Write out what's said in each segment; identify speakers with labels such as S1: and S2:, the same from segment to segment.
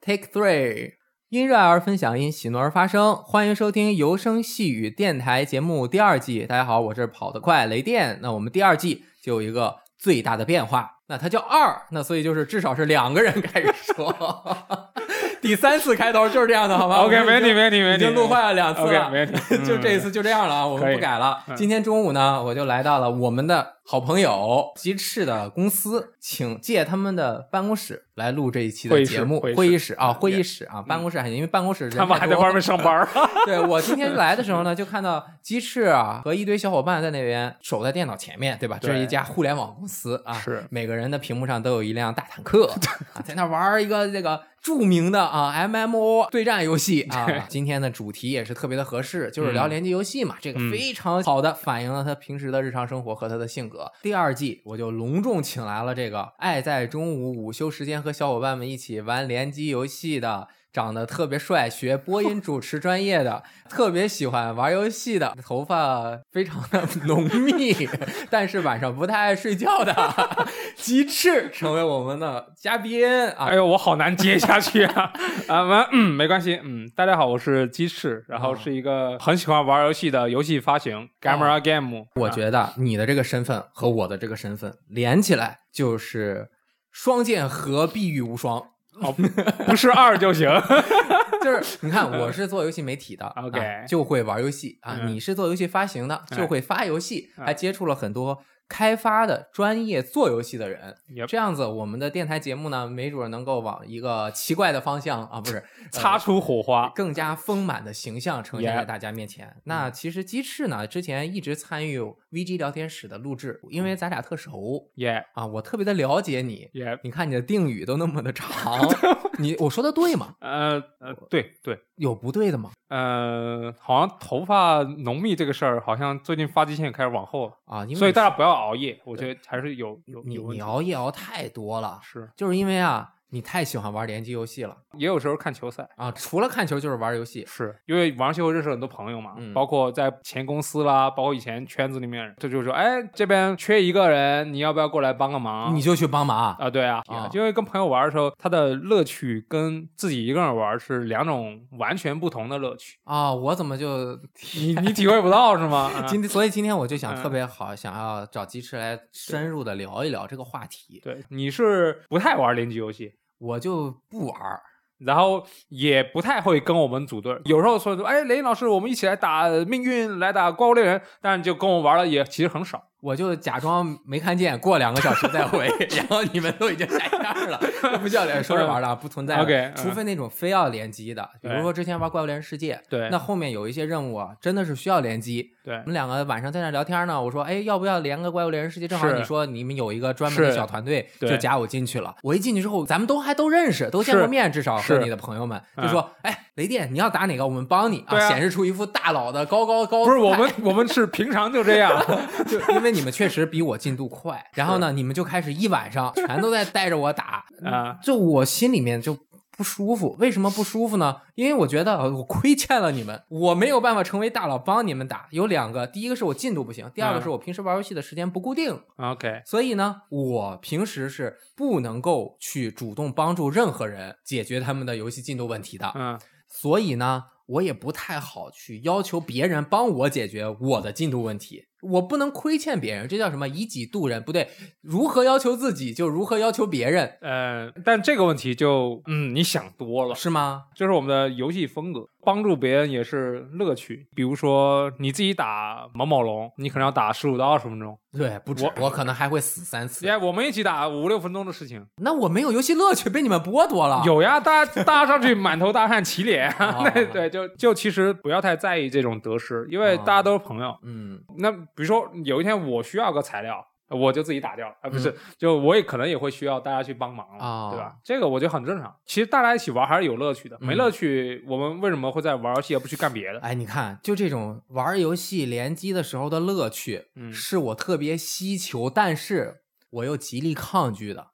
S1: Take Three，因热爱而分享，因喜怒而发声。欢迎收听《游声细语》电台节目第二季。大家好，我是跑得快雷电。那我们第二季就有一个最大的变化，那它叫二，那所以就是至少是两个人开始 说。第三次开头就是这样的，好吗
S2: OK，没问题，没问题，没
S1: 啊已
S2: 问题。
S1: 经录坏了两次了。
S2: OK，没问题 嗯
S1: 就这一次就这样了啊，我
S2: 可
S1: 们
S2: 以
S1: 不改了
S2: 嗯。
S1: 今天中午呢，我就来到了我们的好朋友鸡翅的公司，请借他们的办公室来录这一期的
S2: 会议室
S1: 节目。
S2: 会议室嗯
S1: 会议室啊，会议室啊，办公室还行，因为办公室人
S2: 他们
S1: 太
S2: 还
S1: 多
S2: 在外面上班儿，
S1: 对我今天来的时候呢，就看到鸡翅啊和一堆小伙伴在那边守在电脑前面，对吧？这
S2: 对
S1: 是一家互联网公司 啊，
S2: 是
S1: 每个人的屏幕上都有一辆大坦克啊，在那玩儿一个这个著名的啊 MMO 对战游戏啊。今天的主题也是特别的合适，就是聊联机游戏嘛，这个非常好的反映了他平时的日常生活和他的性格。第二季我就隆重请来了这个爱在中午午休时间和小伙伴们一起玩联机游戏的。长得特别帅，学播音主持专业的，特别喜欢玩游戏的，头发非常的 浓密，但是晚上不太爱睡觉的鸡翅成为我们的嘉宾啊
S2: 哎。呦，我好难接下 去啊！啊，完，嗯，没关系，嗯，大家好，我是鸡翅，然
S1: 哦
S2: 后是一个很喜欢玩游戏的游戏发行 Gamera Game， 啊
S1: 我觉得你的这个身份和我的这个身份连起来就是双剑合璧玉无双。
S2: 哦，不是二就 行。
S1: 就是你看，我是做游戏媒 体的
S2: OK
S1: 啊就会玩游戏啊；
S2: 嗯
S1: 你是做游戏发行的，
S2: 哎
S1: 就会发游戏，
S2: 嗯
S1: 还接触了很多开发的专业做游戏的人。
S2: Yep
S1: 这样子，我们的电台节目呢，没准能够往一个奇怪的方向啊，不是
S2: 擦出火花，
S1: 更加丰满的形象呈现在
S2: Yeah
S1: 大家面前。
S2: 嗯
S1: 那其实鸡翅呢，之前一直参与 VG 聊天室的录制，因
S2: 嗯
S1: 为咱俩特熟
S2: 耶
S1: 啊，我特别的了解你。
S2: 耶，
S1: 你看你的定语都那么的 长，你我说的对吗？
S2: 呃呃，对对，
S1: 有不对的吗？
S2: 呃，好像头发浓密这个事儿，好像最近发际线开始往后了，
S1: 啊，因为
S2: 所以
S1: 你
S2: 大家不要熬夜，我觉得还是有有
S1: 你
S2: 有问
S1: 你
S2: 题。
S1: 熬夜熬太多了，
S2: 是，
S1: 就是因为啊，你太喜欢玩联机游戏了
S2: 也有时候看球赛。
S1: 啊，除了看球就是玩游戏。
S2: 是因为网上后认识了很多朋友嘛，
S1: 嗯
S2: 包括在前公司啦，包括以前圈子里面，这就是说，哎，这边缺一个人，你要不要过来帮个忙？
S1: 你就去帮忙
S2: 啊，对啊，
S1: 啊
S2: 因为跟朋友玩的时候，他的乐趣跟自己一个人玩是两种完全不同的乐趣，
S1: 啊！我怎么就
S2: 你你 体会不到是吗？啊
S1: 今天？所以今天我就想
S2: 嗯
S1: 特别好，想要找鸡翅来深入的聊一聊这个话题。
S2: 对，你是不太玩联机游戏，
S1: 我就不玩儿，
S2: 然后也不太会跟我们组队，有时候说说，哎，雷老师，我们一起来打命运，来打怪物猎人，但是就跟我玩了也其实很少。
S1: 我就假装没看见，过两个小时 再回，然后你们都已经下线了，这不叫脸说着玩了，不存在的。
S2: OK，嗯
S1: 除非那种非要联机的，比如
S2: 对
S1: 说之前玩《怪物猎人世界》，
S2: 对
S1: 那后面有一些任务啊，真的是需要联机，
S2: 对
S1: 我们两个晚上在那聊天呢，我说，哎，要不要连个怪物猎人世界？正好
S2: 是
S1: 你说你们有一个专门的
S2: 是
S1: 小团队，
S2: 对
S1: 就加我进去了。我一进去之后，咱们都还都认识，都见过
S2: 是
S1: 面，至少和
S2: 是
S1: 你的朋友们
S2: 嗯
S1: 就说，哎，雷电，你要打哪个，我们帮你
S2: 对啊
S1: 显示出一副大佬的高高高。
S2: 不是我们，我们是平常就这样。
S1: 就因为你们确实比我进度快，然后呢，你们就开始一晚上全都在带着我打，
S2: 啊，
S1: 就我心里面就不舒服。为什么不舒服呢？因为我觉得呃我亏欠了你们，我没有办法成为大佬帮你们打。有两个，第一个是我进度不行，第二个
S2: 嗯
S1: 是我平时玩游戏的时间不固定，
S2: OK，
S1: 所以呢，我平时是不能够去主动帮助任何人解决他们的游戏进度问题的。
S2: 嗯，
S1: 所以呢，我也不太好去要求别人帮我解决我的进度问题。我不能亏欠别人，这叫什么以己度人？不对，如何要求自己就如何要求别人，
S2: 呃，但这个问题就，嗯，你想多了，
S1: 是吗？
S2: 就是我们的游戏风格，帮助别人也是乐趣。比如说你自己打某某龙，你可能要打十五到二十分钟，
S1: 对，不止，我可能还会死三次。
S2: 哎，我们一起打五六分钟的事情，
S1: 那我没有游戏乐趣，被你们剥夺了。
S2: 有呀，大家大家上去满头大汗起脸，
S1: 哦
S2: 对对，就就其实不要太在意这种得失，因为
S1: 哦
S2: 大家都是朋友。
S1: 嗯，
S2: 那比如说有一天我需要个材料。我就自己打掉了啊，不是，就我也可能也会需要大家去帮忙了，
S1: 嗯哦
S2: 对吧？这个我觉得很正常。其实大家一起玩还是有乐趣的，没
S1: 嗯
S2: 乐趣，我们为什么会在玩游戏而不去干别的？
S1: 哎，你看，就这种玩游戏联机的时候的乐趣，
S2: 嗯
S1: 是我特别希求，但是我又极力抗拒的。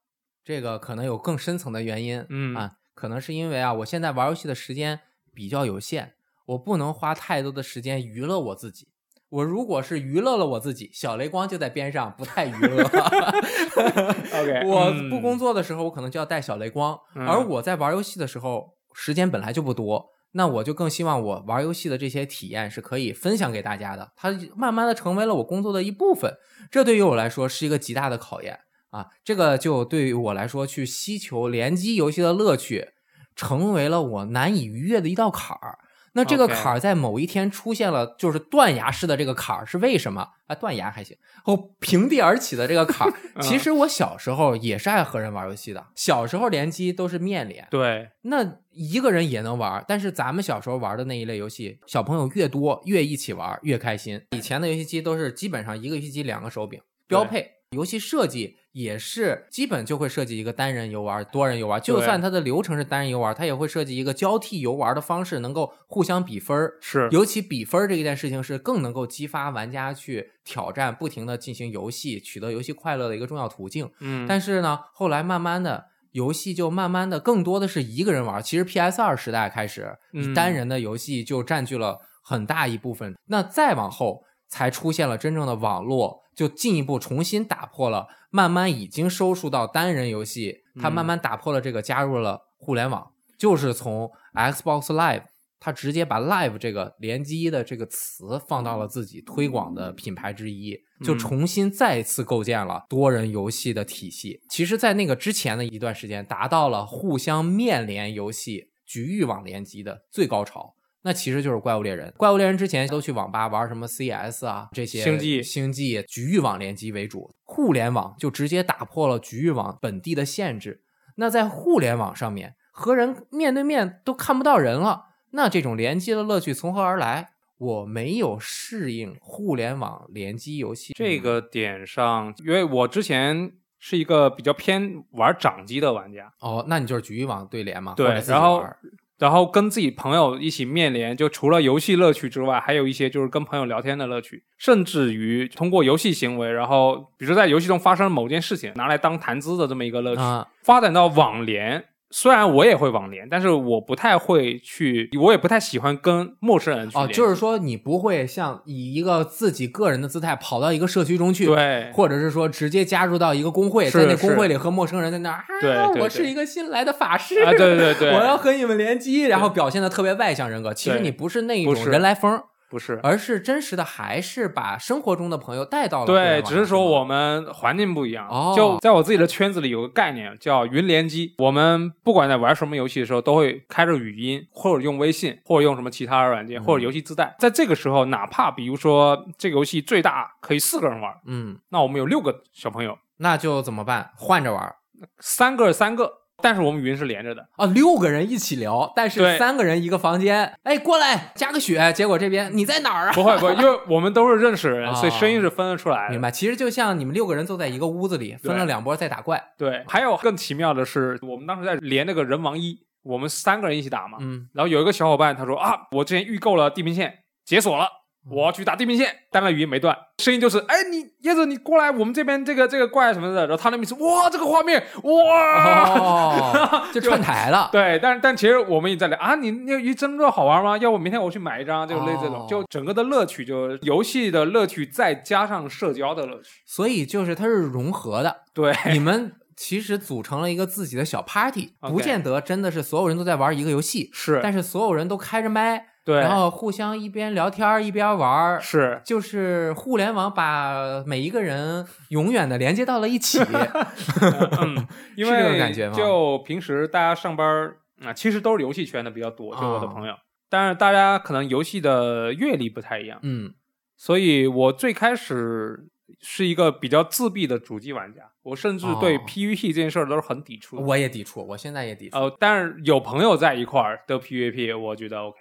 S1: 这个可能有更深层的原因，
S2: 嗯
S1: 啊，可能是因为啊，我现在玩游戏的时间比较有限，我不能花太多的时间娱乐我自己。我如果是娱乐了我自己，小雷光就在边上，不太娱乐。
S2: OK，
S1: 我
S2: 嗯
S1: 不工作的时候，我可能就要带小雷光，
S2: 嗯
S1: 而我在玩游戏的时候，时间本来就不多。那我就更希望我玩游戏的这些体验是可以分享给大家的，它慢慢的成为了我工作的一部分，这对于我来说是一个极大的考验啊！这个就对于我来说，去吸求联机游戏的乐趣，成为了我难以逾越的一道坎儿。那这个
S2: OK，
S1: 坎儿在某一天出现了，就是断崖式的这个坎儿是为什么啊？断崖还行，哦，平地而起的这个坎儿
S2: 嗯
S1: 其实我小时候也是爱和人玩游戏的。小时候联机都是面连，
S2: 对，
S1: 那一个人也能玩，但是咱们小时候玩的那一类游戏，小朋友越多越一起玩越开心。以前的游戏机都是基本上一个游戏机两个手柄标配，游戏设计也是基本就会设计一个单人游玩、多人游玩，就算它的流程是单人游玩，它也会设计一个交替游玩的方式，能够互相比分儿。
S2: 是
S1: 尤其比分儿这一件事情是更能够激发玩家去挑战、不停的进行游戏、取得游戏快乐的一个重要途径。
S2: 嗯，
S1: 但是呢，后来慢慢的。游戏就慢慢的更多的是一个人玩儿，其实 PS 二时代开始，
S2: 嗯
S1: 单人的游戏就占据了很大一部分。那再往后才出现了真正的网络，就进一步重新打破了，慢慢已经收束到单人游戏，它
S2: 嗯
S1: 慢慢打破了这个，加入了互联网，就是从 Xbox Live。它直接把 “live” 这个联机的这个词放到了自己推广的品牌之一，就
S2: 嗯
S1: 重新再次构建了多人游戏的体系。其实，在那个之前的一段时间，达到了互相面连游戏、局域网联机的最高潮。那其实就是怪物猎人。怪物猎人之前都去网吧玩什么 CS 啊这些
S2: 星际
S1: 星际局域网联机为主，互联网就直接打破了局域网本地的限制。那在互联网上面和人面对面都看不到人了，那这种联机的乐趣从何而来？我没有适应互联网联机游戏嗯
S2: 这个点上，因为我之前是一个比较偏玩掌机的玩家，
S1: 哦，那你就是局域网对联嘛？
S2: 对
S1: 或者自己
S2: 然后
S1: 玩儿
S2: 然后跟自己朋友一起面连，就除了游戏乐趣之外，还有一些就是跟朋友聊天的乐趣，甚至于通过游戏行为，然后比如说在游戏中发生某件事情，拿来当谈资的这么一个乐趣。
S1: 啊，
S2: 发展到网联，虽然我也会网联，但是我不太会去，我也不太喜欢跟陌生人去
S1: 哦，
S2: 联
S1: 就是
S2: 系
S1: 说你不会像以一个自己个人的姿态跑到一个社区中去，
S2: 对
S1: 或者是说直接加入到一个工会，
S2: 是
S1: 在那
S2: 是
S1: 工会里和陌生人在那儿，
S2: 对
S1: 啊
S2: 对，
S1: 我
S2: 对
S1: 是一个新来的法师，
S2: 啊，对对对，
S1: 我要和你们联机，然后表现的特别外向人格。其实
S2: 对
S1: 你不是那一
S2: 不
S1: 种
S2: 是
S1: 人来疯儿，
S2: 不是。
S1: 而是真实的，还是把生活中的朋友带到了互联
S2: 对，
S1: 网
S2: 只是说
S1: 上
S2: 我们环境不一样。
S1: 哦
S2: 就在我自己的圈子里有个概念叫云联机，我们不管在玩什么游戏的时候，都会开着语音，或者用微信，或者用什么其他的软件，
S1: 嗯
S2: 或者游戏自带。在这个时候，哪怕比如说这个游戏最大可以四个人玩，
S1: 嗯，
S2: 那我们有六个小朋友，
S1: 那就怎么办？换着玩儿
S2: 三个三个，但是我们云是连 着的。
S1: 啊，六个人一起聊，但
S2: 对
S1: 是三个人一个房间。哎，过来加个血，结果这边你在哪儿啊？
S2: 不会不会，因为我们都是认识人，
S1: 哦
S2: 所以声音是分得出来的。
S1: 明白，其实就像你们六个人坐在一个屋子里，分了
S2: 对
S1: 两波在打怪。
S2: 对，还有更奇妙的是，我们当时在连那个人王一，我们三个人一起打嘛，
S1: 嗯，
S2: 然后有一个小伙伴他说啊，我之前预购了地平线，解锁了。
S1: 嗯
S2: 我要去打地平线，单了语音没断，声音就是哎，你椰子你过来，我们这边这个这个怪什么的，然后他那边是哇，这个画面哇，
S1: 哦，就串台了。
S2: 对，但但其实我们也在聊啊，你那鱼真的好玩吗？要不明天我去买一张，就类似这种，
S1: 哦
S2: 就整个的乐趣，就游戏的乐趣再加上社交的乐趣，
S1: 所以就是它是融合的，
S2: 对，
S1: 你们其实组成了一个自己的小 party，
S2: 哎 OK
S1: 不见得真的是所有人都在玩一个游戏，
S2: 是，
S1: 但是所有人都开着麦，
S2: 对，
S1: 然后互相一边聊天儿一边玩儿。
S2: 是
S1: 就是互联网把每一个人永远的连接到了一 起，
S2: 嗯，因
S1: 是这种
S2: 为
S1: 感觉吗
S2: 就平时大家上班儿啊、其实都是游戏圈的比较多，就我
S1: 啊
S2: 的朋友。但是大家可能游戏的阅历不太一样，
S1: 嗯，
S2: 所以我最开始是一个比较自闭的主机玩家，我甚至对
S1: 哦
S2: PVP 这件事儿都是很抵触的。
S1: 我也抵触，我现在也抵触，
S2: 呃，但是有朋友在一块儿的 PVP，我觉得 OK。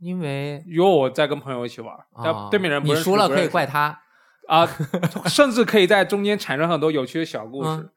S1: 因为
S2: 如果我在跟朋友一起玩儿，
S1: 啊
S2: 但对面人不
S1: 你
S2: 认识
S1: 输了
S2: 不
S1: 可以
S2: 认识
S1: 怪他，
S2: 啊，甚至可以在中间产生很多有趣的小故事。
S1: 嗯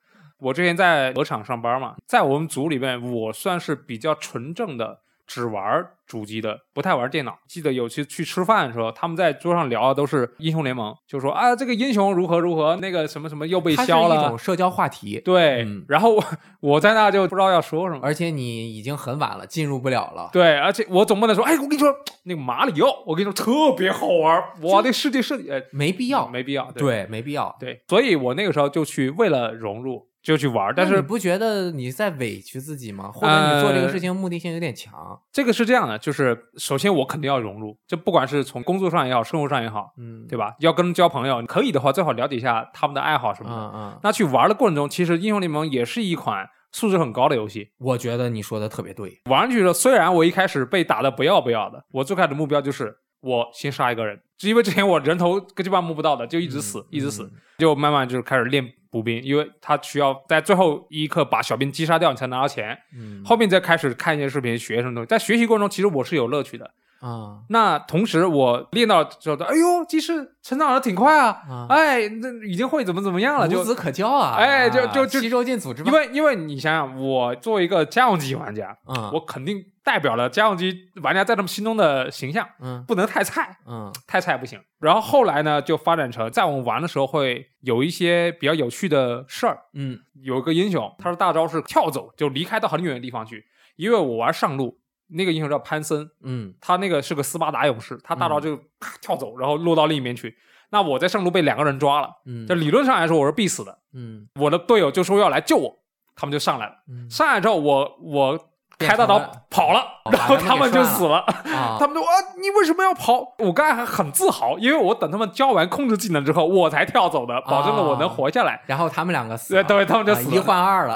S2: 我之前在鹅厂上班嘛，在我们组里面，我算是比较纯正的只玩主机的，不太玩电脑。记得有次去吃饭的时候，他们在桌上聊的都是英雄联盟，就说啊这个英雄如何如何，那个什么什么又被
S1: 它是
S2: 削
S1: 一
S2: 了
S1: 种。社交话题，
S2: 对，
S1: 嗯
S2: 然后我我在那就不知道要说什么。
S1: 而且你已经很晚了，进入不了了。
S2: 对，而且我总不能说，哎，我跟你说，那个马里奥，我跟你说特别好玩，我的世界设计，哎，
S1: 没必要，
S2: 没必要，对
S1: 对，没必要。
S2: 对，所以我那个时候就去为了融入就去玩，但
S1: 那你
S2: 是
S1: 不觉得你在委屈自己吗？或者你做这个
S2: 呃
S1: 事情目的性有点强？
S2: 这个是这样的，就是首先我肯定要融入，这不管是从工作上也好，生活上也好，
S1: 嗯，
S2: 对吧？要跟人交朋友，可以的话最好了解一下他们的爱好什么的。
S1: 嗯嗯，
S2: 那去玩的过程中，其实英雄联盟也是一款素质很高的游戏。
S1: 我觉得你说的特别对。
S2: 玩上去了，虽然我一开始被打的不要不要的，我最开始的目标就是我先杀一个人， 是因为之前我人头根本上摸不到的，就一直死，
S1: 嗯
S2: 一直死， 就慢慢就是开始练步兵，因为他需要在最后一刻把小兵击杀掉，你才拿到钱。
S1: 嗯，
S2: 后面再开始看一些视频，学什么东西。在学习过程中，其实我是有乐趣的。
S1: 啊
S2: 那同时，我练到之后，哎呦，技师成长的挺快啊，
S1: 啊，
S2: 哎，那已经会怎么怎么样了，
S1: 无
S2: 就
S1: 子可教啊！
S2: 哎就就就
S1: 吸收进组织吧
S2: 因。为因为你想想，我作为一个家用机玩家，
S1: 嗯，
S2: 我肯定代表了家用机玩家在他们心中的形象，
S1: 嗯
S2: 不能太菜，
S1: 嗯
S2: 太菜不行。然后后来呢，就发展成在我们玩的时候会有一些比较有趣的事儿，
S1: 嗯
S2: 有一个英雄，他的大招是跳走，就离开到很远的地方去。因为我玩上路，那个英雄叫潘森，
S1: 嗯
S2: 他那个是个斯巴达勇士，他大招就咔跳走，然后落到另一边去。那我在上路被两个人抓了，
S1: 嗯，
S2: 就理论上来说我是必死的。
S1: 嗯
S2: 我的队友就说要来救我，他们就上来了。
S1: 嗯
S2: 上来之后我，我开大
S1: 变成
S2: 招
S1: 了哦
S2: 跑了，然后他们就死了。
S1: 啊，
S2: 他们就啊，你为什么要跑？我刚才还很自豪，因为我等他们教完控制技能之后，我才跳走的，保证了我能活下来。
S1: 然后他们两个死
S2: 对
S1: 了，
S2: 对，他们就
S1: 啊
S2: 死
S1: 一
S2: 了。
S1: 换二了。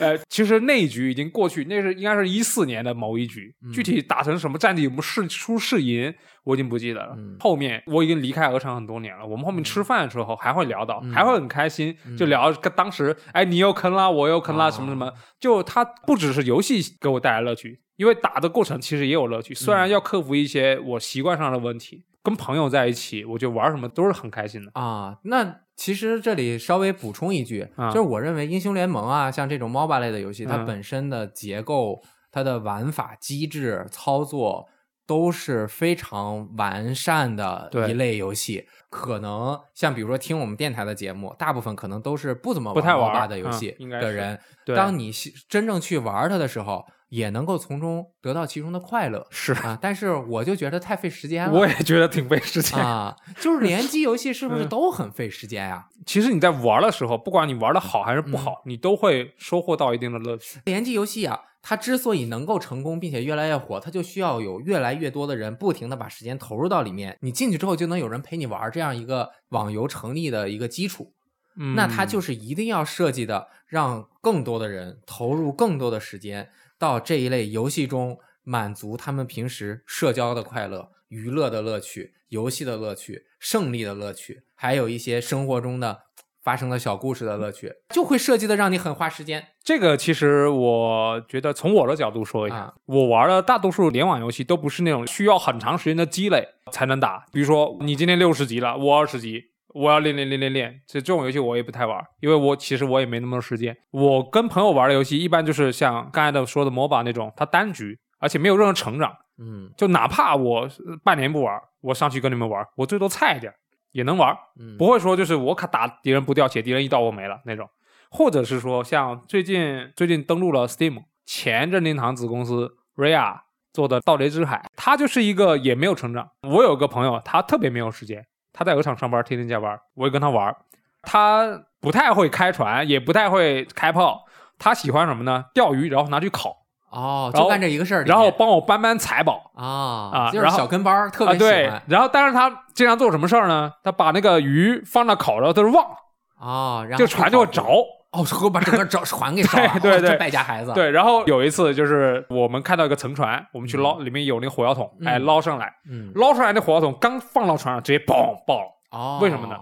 S2: 呃，其实那一局已经过去，那是应该是一四年的某一局，
S1: 嗯
S2: 具体打成什么战绩，我们是输是赢，我已经不记得了。
S1: 嗯
S2: 后面我已经离开鹅厂很多年了，我们后面吃饭的时候还会聊到，
S1: 嗯
S2: 还会很开心，
S1: 嗯
S2: 就聊跟当时，哎，你又坑啦，我又坑啦，
S1: 啊
S2: 什么什么，就它不只是游戏给我带来乐趣，因为打的过程其实也有乐趣，
S1: 嗯
S2: 虽然要克服一些我习惯上的问题。跟朋友在一起，我觉得玩什么都是很开心的。
S1: 啊，那其实这里稍微补充一句，
S2: 啊
S1: 就是我认为英雄联盟啊，像这种 MOBA 类的游戏，它
S2: 嗯
S1: 本身的结构、它的玩法、机制、操作都是非常完善的
S2: 对
S1: 一类游戏。可能像比如说听我们电台的节目，大部分可能都是不怎么
S2: 不太玩
S1: MOBA 的游
S2: 嗯
S1: 戏
S2: 应该
S1: 的
S2: 是
S1: 人，
S2: 对，
S1: 当你是真正去玩它的时候，也能够从中得到其中的快乐
S2: 是，
S1: 啊。但是我就觉得太费时间了。
S2: 我也觉得挺费时间的。
S1: 啊，就是联机游戏是不是
S2: 嗯
S1: 都很费时间呀、
S2: 其实你在玩的时候，不管你玩的好还是不好，你都会收获到一定的乐趣。
S1: 联机游戏啊，它之所以能够成功并且越来越火，它就需要有越来越多的人不停的把时间投入到里面。你进去之后就能有人陪你玩，这样一个网游成立的一个基础。
S2: 嗯
S1: 那它就是一定要设计的，让更多的人投入更多的时间到这一类游戏中，满足他们平时社交的快乐、娱乐的乐趣、游戏的乐趣、胜利的乐趣，还有一些生活中的发生的小故事的乐趣，就会设计的让你很花时间
S2: 这个，其实我觉得从我的角度说一下，
S1: 啊。
S2: 我玩的大多数联网游戏都不是那种需要很长时间的积累才能打。比如说，你今天六十级了，我二十级。我要练练练练练，这这种游戏我也不太玩，因为我其实我也没那么多时间。我跟朋友玩的游戏一般就是像刚才的说的 MOBA 那种，它单局，而且没有任何成长，
S1: 嗯
S2: 就哪怕我呃半年不玩，我上去跟你们玩，我最多菜一点也能玩，
S1: 嗯，
S2: 不会说就是我卡打敌人不掉血，敌人一刀我没了那种，或者是说像最近最近登陆了 Steam 前任天堂子公司 Rare 做的《盗雷之海》，它就是一个也没有成长。我有个朋友，他特别没有时间，他在鹅厂上班，天天加班，我也跟他玩儿，他不太会开船，也不太会开炮，他喜欢什么呢？钓鱼，然后拿去烤，
S1: 哦，
S2: 然
S1: 就
S2: 后
S1: 干这一个事儿里面，
S2: 然后帮我搬搬财宝。
S1: 啊
S2: 啊
S1: 就是
S2: 然后
S1: 小跟班儿特别
S2: 啊、
S1: 喜
S2: 对
S1: 欢，
S2: 然后但是他经常做什么事儿呢？他把那个鱼放到烤着，他就忘了，
S1: 啊，然后
S2: 这个船就会着
S1: 跑。哦，和把整个 找还给烧了，
S2: 对对
S1: 哦这
S2: 对
S1: 败家孩子，
S2: 对，然后有一次就是我们看到一个沉船，我们去捞，里面有那个火药桶，哎，
S1: 嗯
S2: 捞上来，
S1: 嗯，
S2: 捞上来那火药桶刚放到船上，直接嘣爆了，
S1: 哦，
S2: 为什么呢？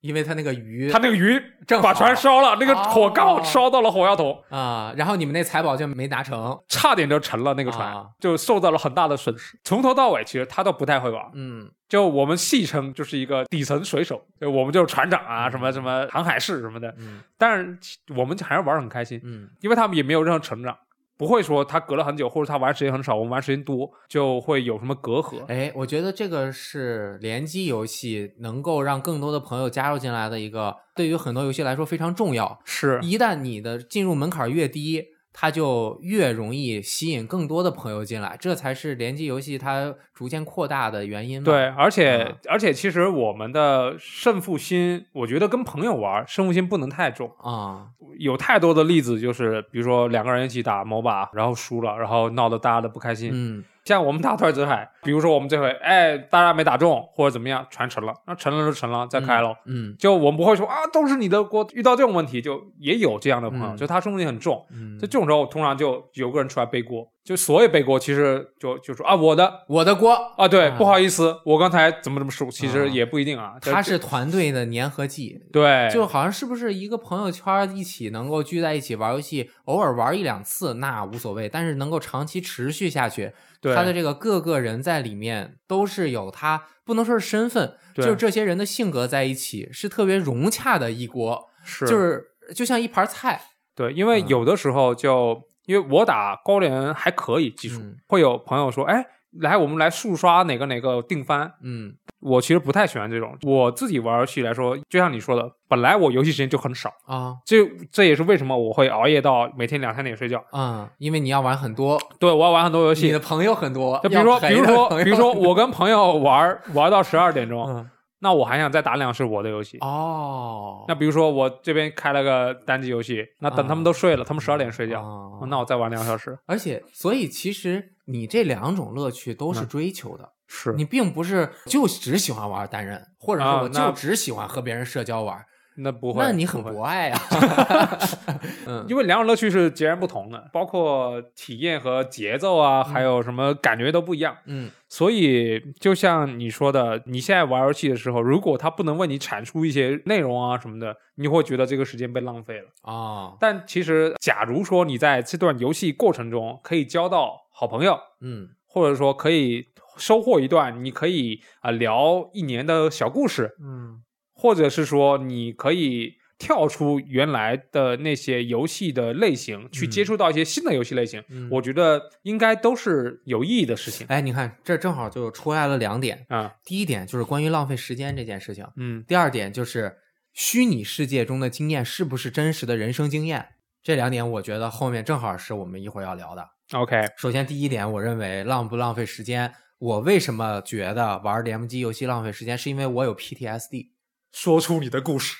S1: 因为他那个鱼，
S2: 他那个鱼
S1: 正
S2: 把
S1: 好
S2: 船烧了，那个火
S1: 哦
S2: 刚烧到了火药桶，
S1: 啊、然后你们那财宝就没拿成，
S2: 差点就沉了那个船
S1: 啊，
S2: 就受到了很大的损失。从头到尾，其实他都不太会玩，
S1: 嗯
S2: 就我们戏称就是一个底层水手，就我们就是船长啊，什么什么航海士什么的，
S1: 嗯
S2: 但是其我们还是玩得很开心。
S1: 嗯
S2: 因为他们也没有任何成长。不会说他隔了很久，或者他玩时间很少，我们玩时间多，就会有什么隔阂。
S1: 哎，我觉得这个是联机游戏能够让更多的朋友加入进来的一个，对于很多游戏来说非常重要。
S2: 是
S1: 一旦你的进入门槛越低，它就越容易吸引更多的朋友进来，这才是联机游戏它逐渐扩大的原因嘛。
S2: 对，而且、
S1: 嗯
S2: 而且，其实我们的胜负心，我觉得跟朋友玩胜负心不能太重。
S1: 啊、
S2: 有太多的例子，就是比如说两个人一起打 MOBA，然后输了，然后闹得大家的不开心。
S1: 嗯，
S2: 像我们打《拓尔之海》，比如说我们这回，哎，大家没打中或者怎么样，全沉了，那沉了就沉了，再开了。
S1: 嗯
S2: 就我们不会说啊，都是你的锅。遇到这种问题，就也有这样的朋友，
S1: 嗯
S2: 就他胜负心很重。
S1: 嗯，
S2: 就这种时候，通常就有个人出来背锅，就所谓背锅，其实就就说啊，我的
S1: 我的锅，
S2: 啊，对，
S1: 啊
S2: 不好意思，我刚才怎么怎么说，其
S1: 啊
S2: 实也不一定啊。就
S1: 它是团队的粘合剂，
S2: 对，
S1: 就好像是不是一个朋友圈一起能够聚在一起玩游戏，偶尔玩一两次那无所谓，但是能够长期持续下去，
S2: 对
S1: 他的这个各个人在里面都是有他不能说是身份，
S2: 对
S1: 就是这些人的性格在一起是特别融洽的一锅，
S2: 是
S1: 就是就像一盘菜，
S2: 对，因为
S1: 嗯
S2: 有的时候就因为我打高联还可以技术，
S1: 嗯
S2: 会有朋友说，哎，来我们来速刷哪个哪个定番。
S1: 嗯
S2: 我其实不太喜欢这种。我自己玩游戏来说，就像你说的，本来我游戏时间就很少，
S1: 啊
S2: 这这也是为什么我会熬夜到每天两三点睡觉。
S1: 啊、因为你要玩很多，
S2: 对我要玩很多游
S1: 你
S2: 戏
S1: 的，朋友很多，
S2: 就比如说
S1: 要陪
S2: 比
S1: 的
S2: 如说
S1: 朋友
S2: 比如 说我跟朋友玩玩到十二点钟，
S1: 嗯
S2: 那我还想再打两是我的游戏。
S1: 哦，
S2: 那比如说我这边开了个单机游戏，那等
S1: 啊
S2: 他们都睡了，他们十二点睡觉，
S1: 哦
S2: 那我再玩两个小时。
S1: 而且所以其实你这两种乐趣都是
S2: 嗯
S1: 追求的。
S2: 是
S1: 你并不是就只喜欢玩单人，或者是
S2: 啊
S1: 我
S2: 那
S1: 就只喜欢和别人社交玩，
S2: 那不会，
S1: 那你很
S2: 不会
S1: 博爱 啊。嗯
S2: 因为两种乐趣是截然不同的，包括体验和节奏啊，还有什么感觉都不一样。
S1: 嗯
S2: 所以，就像你说的，你现在玩游戏的时候，如果它不能为你产出一些内容啊什么的，你会觉得这个时间被浪费了。
S1: 哦
S2: 但其实，假如说你在这段游戏过程中可以交到好朋友，
S1: 嗯
S2: 或者说可以收获一段你可以啊、聊一年的小故事，
S1: 嗯
S2: 或者是说你可以跳出原来的那些游戏的类型，去接触到一些新的游戏类型，
S1: 嗯
S2: 我觉得应该都是有意义的事情
S1: 哎，你看这正好就出来了两点，
S2: 啊。
S1: 第一点就是关于浪费时间这件事情，
S2: 嗯，
S1: 第二点就是虚拟世界中的经验是不是真实的人生经验。这两点我觉得后面正好是我们一会儿要聊的。
S2: OK，
S1: 首先，第一点，我认为浪不浪费时间，我为什么觉得玩联机游戏浪费时间，是因为我有 PTSD。
S2: 说出你的故事。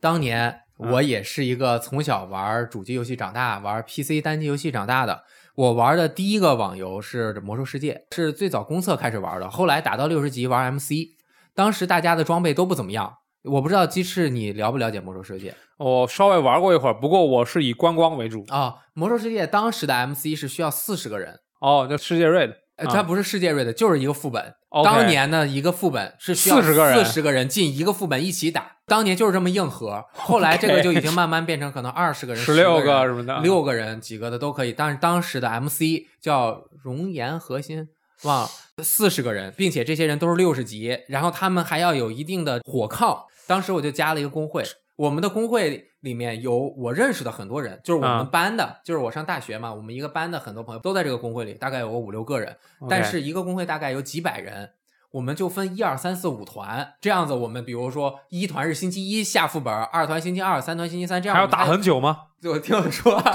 S1: 当年我也是一个从小玩主机游戏长大，玩 PC 单机游戏长大的。我玩的第一个网游是《魔兽世界》，是最早公测开始玩的，后来打到六十级玩 MC。当时大家的装备都不怎么样，我不知道鸡翅你了不了解《魔兽世界》
S2: 哦我稍微玩过一会儿，不过我是以观光为主。
S1: 啊？《魔兽世界》当时的 MC 是需要四十个人，
S2: 哦，那世界瑞的，
S1: 呃，
S2: 啊
S1: 它不是世界瑞的，就是一个副本。
S2: OK
S1: 当年呢，一个副本是需要
S2: 40个人
S1: 四十个人进一个副本一起打。当年就是这么硬核，后来这个就已经慢慢变成可能二十个人、
S2: 十啊六
S1: 10个
S2: 个
S1: 人
S2: 什么的，
S1: 六个人几个的都可以，但是当时的 MC 叫熔岩核心，忘四十个人，并且这些人都是六十级，然后他们还要有一定的火抗。当时我就加了一个工会，我们的工会里面有我认识的很多人，就是我
S2: 啊
S1: 们班的，就是我上大学嘛，我们一个班的很多朋友都在这个工会里，大概有个五六个人，
S2: OK，
S1: 但是一个工会大概有几百人，我们就分一二三四五团，这样子我们比如说一团是星期一下副本，二团星期二，三团星期三，这样
S2: 还要
S1: 我们哎
S2: 打很久 吗？
S1: 就听我说啊，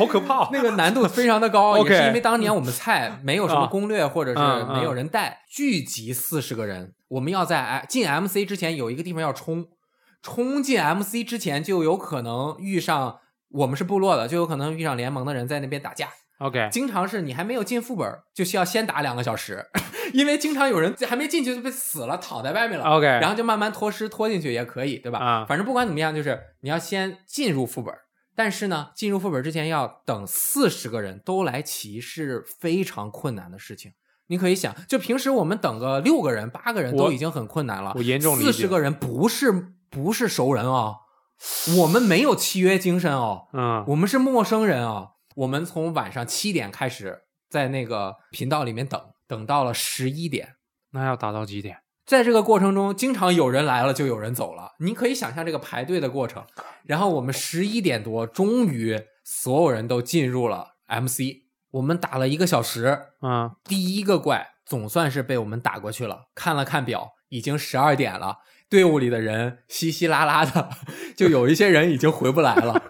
S2: 好可怕哦！
S1: 那个难度非常的高，也
S2: OK 啊
S1: 是因为当年我们菜没有什么攻略，或者是
S2: 嗯嗯
S1: 没有人带，聚集四十个人，我们要在哎进 MC 之前有一个地方要冲，冲进 MC 之前就有可能遇上。我们是部落的，就有可能遇上联盟的人在那边打架。
S2: OK，
S1: 经常是你还没有进副本，就需要先打两个小时， 因为经常有人还没进去就被死了，躺在外面了。
S2: 哦 OK
S1: 然后就慢慢脱尸脱进去也可以，对吧？
S2: 啊
S1: 反正不管怎么样，就是你要先进入副本，但是呢，进入副本之前要等四十个人都来齐，是非常困难的事情。你可以想，就平时我们等个六个人、八个人
S2: 我
S1: 都已经很困难了，
S2: 我严重理解
S1: 四十个人不是不是熟人哦，我们没有契约精神哦，
S2: 嗯，
S1: 我们是陌生人啊，我们从晚上七点开始在那个频道里面等，等到了十一点。
S2: 那要打到几点？
S1: 在这个过程中，经常有人来了就有人走了，你可以想象这个排队的过程。然后我们十一点多终于所有人都进入了 MC。我们打了一个小时，
S2: 嗯，
S1: 第一个怪总算是被我们打过去了。看了看表，已经十二点了。队伍里的人稀稀拉拉的， 就有一些人已经回不来了，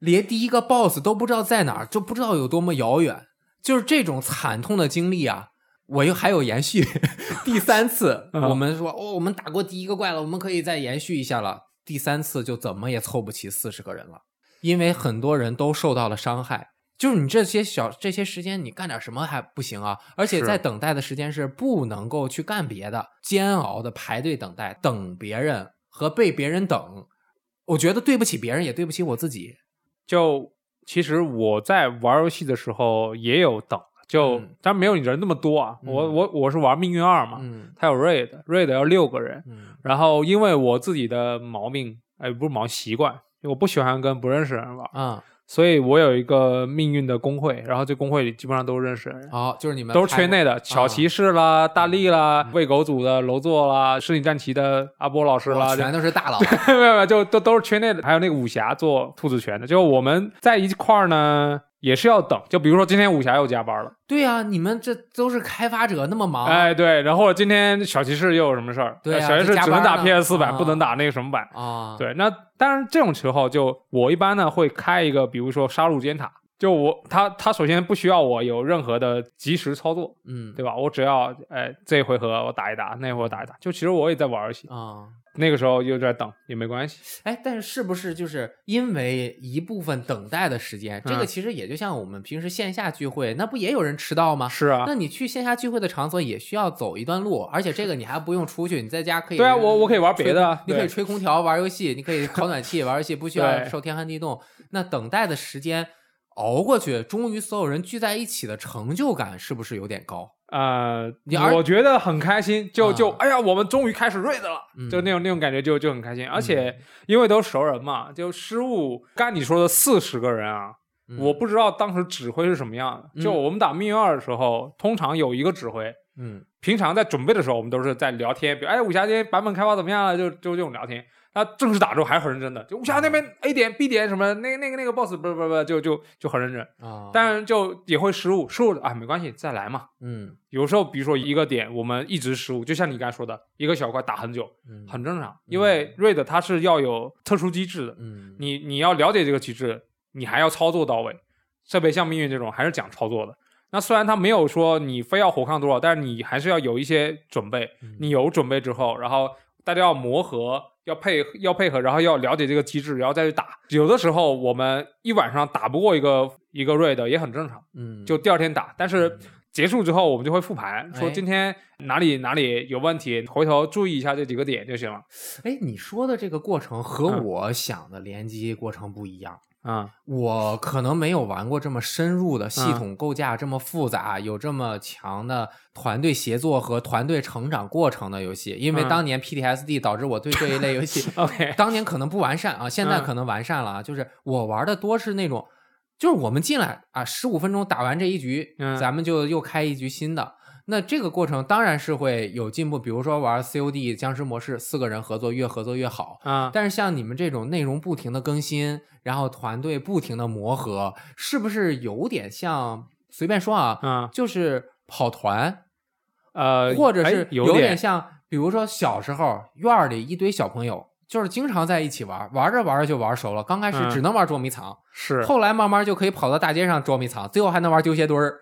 S1: 连第一个 BOSS 都不知道在哪儿，就不知道有多么遥远。就是这种惨痛的经历啊，我又还有延续。 第三次
S2: 嗯
S1: 我们说哦，我们打过第一个怪了，我们可以再延续一下了。第三次就怎么也凑不齐四十个人了，因为很多人都受到了伤害。就是你这些小这些时间，你干点什么还不行啊？而且
S2: 是
S1: 在等待的时间是不能够去干别的，煎熬的排队等待，等别人和被别人等，我觉得对不起别人，也对不起我自己。
S2: 就其实我在玩游戏的时候也有等，就
S1: 嗯
S2: 当然没有你人那么多啊。
S1: 嗯
S2: 我我我是玩命运二嘛，
S1: 嗯
S2: 它有 raid，raid 要六个人，
S1: 嗯
S2: 然后因为我自己的毛病，哎，不是毛习惯，我不喜欢跟不认识的人玩，
S1: 啊，
S2: 所以我有一个命运的工会，然后这工会里基本上都是认识的人。
S1: 好、就是你们啊
S2: 都是
S1: 排
S2: 圈内的，小骑士啦、
S1: 嗯
S2: 大力啦、喂狗组的楼座啦、世纪战旗的阿波老师
S1: 哇
S2: 啦，就
S1: 全都是大佬。
S2: 没有没有没有，就都都是圈内的，还有那个武侠做兔子拳的，就我们在一块儿呢，也是要等。就比如说今天武侠又加班了，
S1: 对呀、你们这都是开发者，那么忙，
S2: 哎对，然后今天小骑士又有什么事儿？
S1: 啊对啊
S2: 小骑士
S1: 这加
S2: 只
S1: 班
S2: 能打
S1: 呢
S2: PS 版，
S1: 啊
S2: 不能打那个什么版。
S1: 啊，，
S2: 对，那当然这种时候就我一般呢会开一个，比如说杀戮尖塔，就我他他首先不需要我有任何的及时操作，
S1: 嗯，
S2: 对吧？我只要哎这回合我打一打，那回合我打一打，就其实我也在玩游戏，
S1: 啊，
S2: 那个时候就在等也没关系。
S1: 哎，但是是不是就是因为一部分等待的时间，这个
S2: 嗯
S1: 其实也就像我们平时线下聚会，那不也有人迟到吗？
S2: 是啊，
S1: 那你去线下聚会的场所也需要走一段路，而且这个你还不用出去，你在家可以
S2: 对啊，我我可以玩别的啊，
S1: 你可以
S2: 对
S1: 吹空调、玩游戏，你可以烤暖气、玩游戏，不需要
S2: 对
S1: 受天寒地冻。那等待的时间熬过去，终于所有人聚在一起的成就感是不是有点高？
S2: 呃
S1: 你而，
S2: 我觉得很开心，就就、
S1: 啊
S2: 哎呀，我们终于开始 raid 了，
S1: 嗯
S2: 就那种那种感觉就就很开心，而且因为都是熟人嘛，就失误，刚才你说的四十个人啊。
S1: 嗯
S2: 我不知道当时指挥是什么样的。就
S1: 嗯
S2: 我们打命运二的时候，通常有一个指挥。
S1: 嗯
S2: 平常在准备的时候，我们都是在聊天，比如哎，武侠这些版本开发怎么样了？啊就就这种聊天。那正式打的时候还是很认真
S1: 哦
S2: 的，就武侠那边 A 点 B 点什么，那个那个那个 boss 不是不是不是，就就就很认真。
S1: 啊，
S2: 当然就也会失误，失误啊没关系，再来嘛。
S1: 嗯
S2: 有时候比如说一个点我们一直失误，就像你刚才说的，一个小怪打很久，
S1: 嗯
S2: 很正常，因为 raid 它是要有特殊机制的，
S1: 嗯
S2: 你你要了解这个机制，你还要操作到位。特别像命运这种还是讲操作的。那虽然它没有说你非要活抗多少，但是你还是要有一些准备。
S1: 嗯
S2: 你有准备之后，然后大家要磨合，要配要配合，然后要了解这个机制，然后再去打。有的时候我们一晚上打不过一个一个 raid 也很正常，
S1: 嗯
S2: 就第二天打。但是结束之后，我们就会复盘，说
S1: 哎
S2: 今天哪里哪里有问题，回头注意一下这几个点就行了。
S1: 哎，你说的这个过程和
S2: 嗯
S1: 我想的联机过程不一样。
S2: 啊、
S1: 我可能没有玩过这么深入的
S2: 嗯
S1: 系统构架这么复杂，有这么强的团队协作和团队成长过程的游戏，因为
S2: 嗯
S1: 当年 PTSD 导致我对这一类游 戏
S2: o k
S1: 当年可能不完善啊，现
S2: 嗯
S1: 在可能完善了啊。就是我玩的多是那种，就是我们进来啊，十五分钟打完这一局，
S2: 嗯
S1: 咱们就又开一局新的。那这个过程当然是会有进步，比如说玩 COD 僵尸模式，四个人合作越合作越好。
S2: 啊、
S1: 但是像你们这种内容不停的更新，然后团队不停的磨合，是不是有点像随便说啊，
S2: 啊、
S1: 就是跑团，
S2: 呃，
S1: 或者
S2: 哎
S1: 是
S2: 有
S1: 点像，比如说小时候院儿里一堆小朋友，就是经常在一起玩，玩着玩着就玩熟了。刚开始
S2: 嗯
S1: 只能玩捉迷藏，
S2: 是
S1: 后来慢慢就可以跑到大街上捉迷藏，最后还能玩丢鞋墩儿，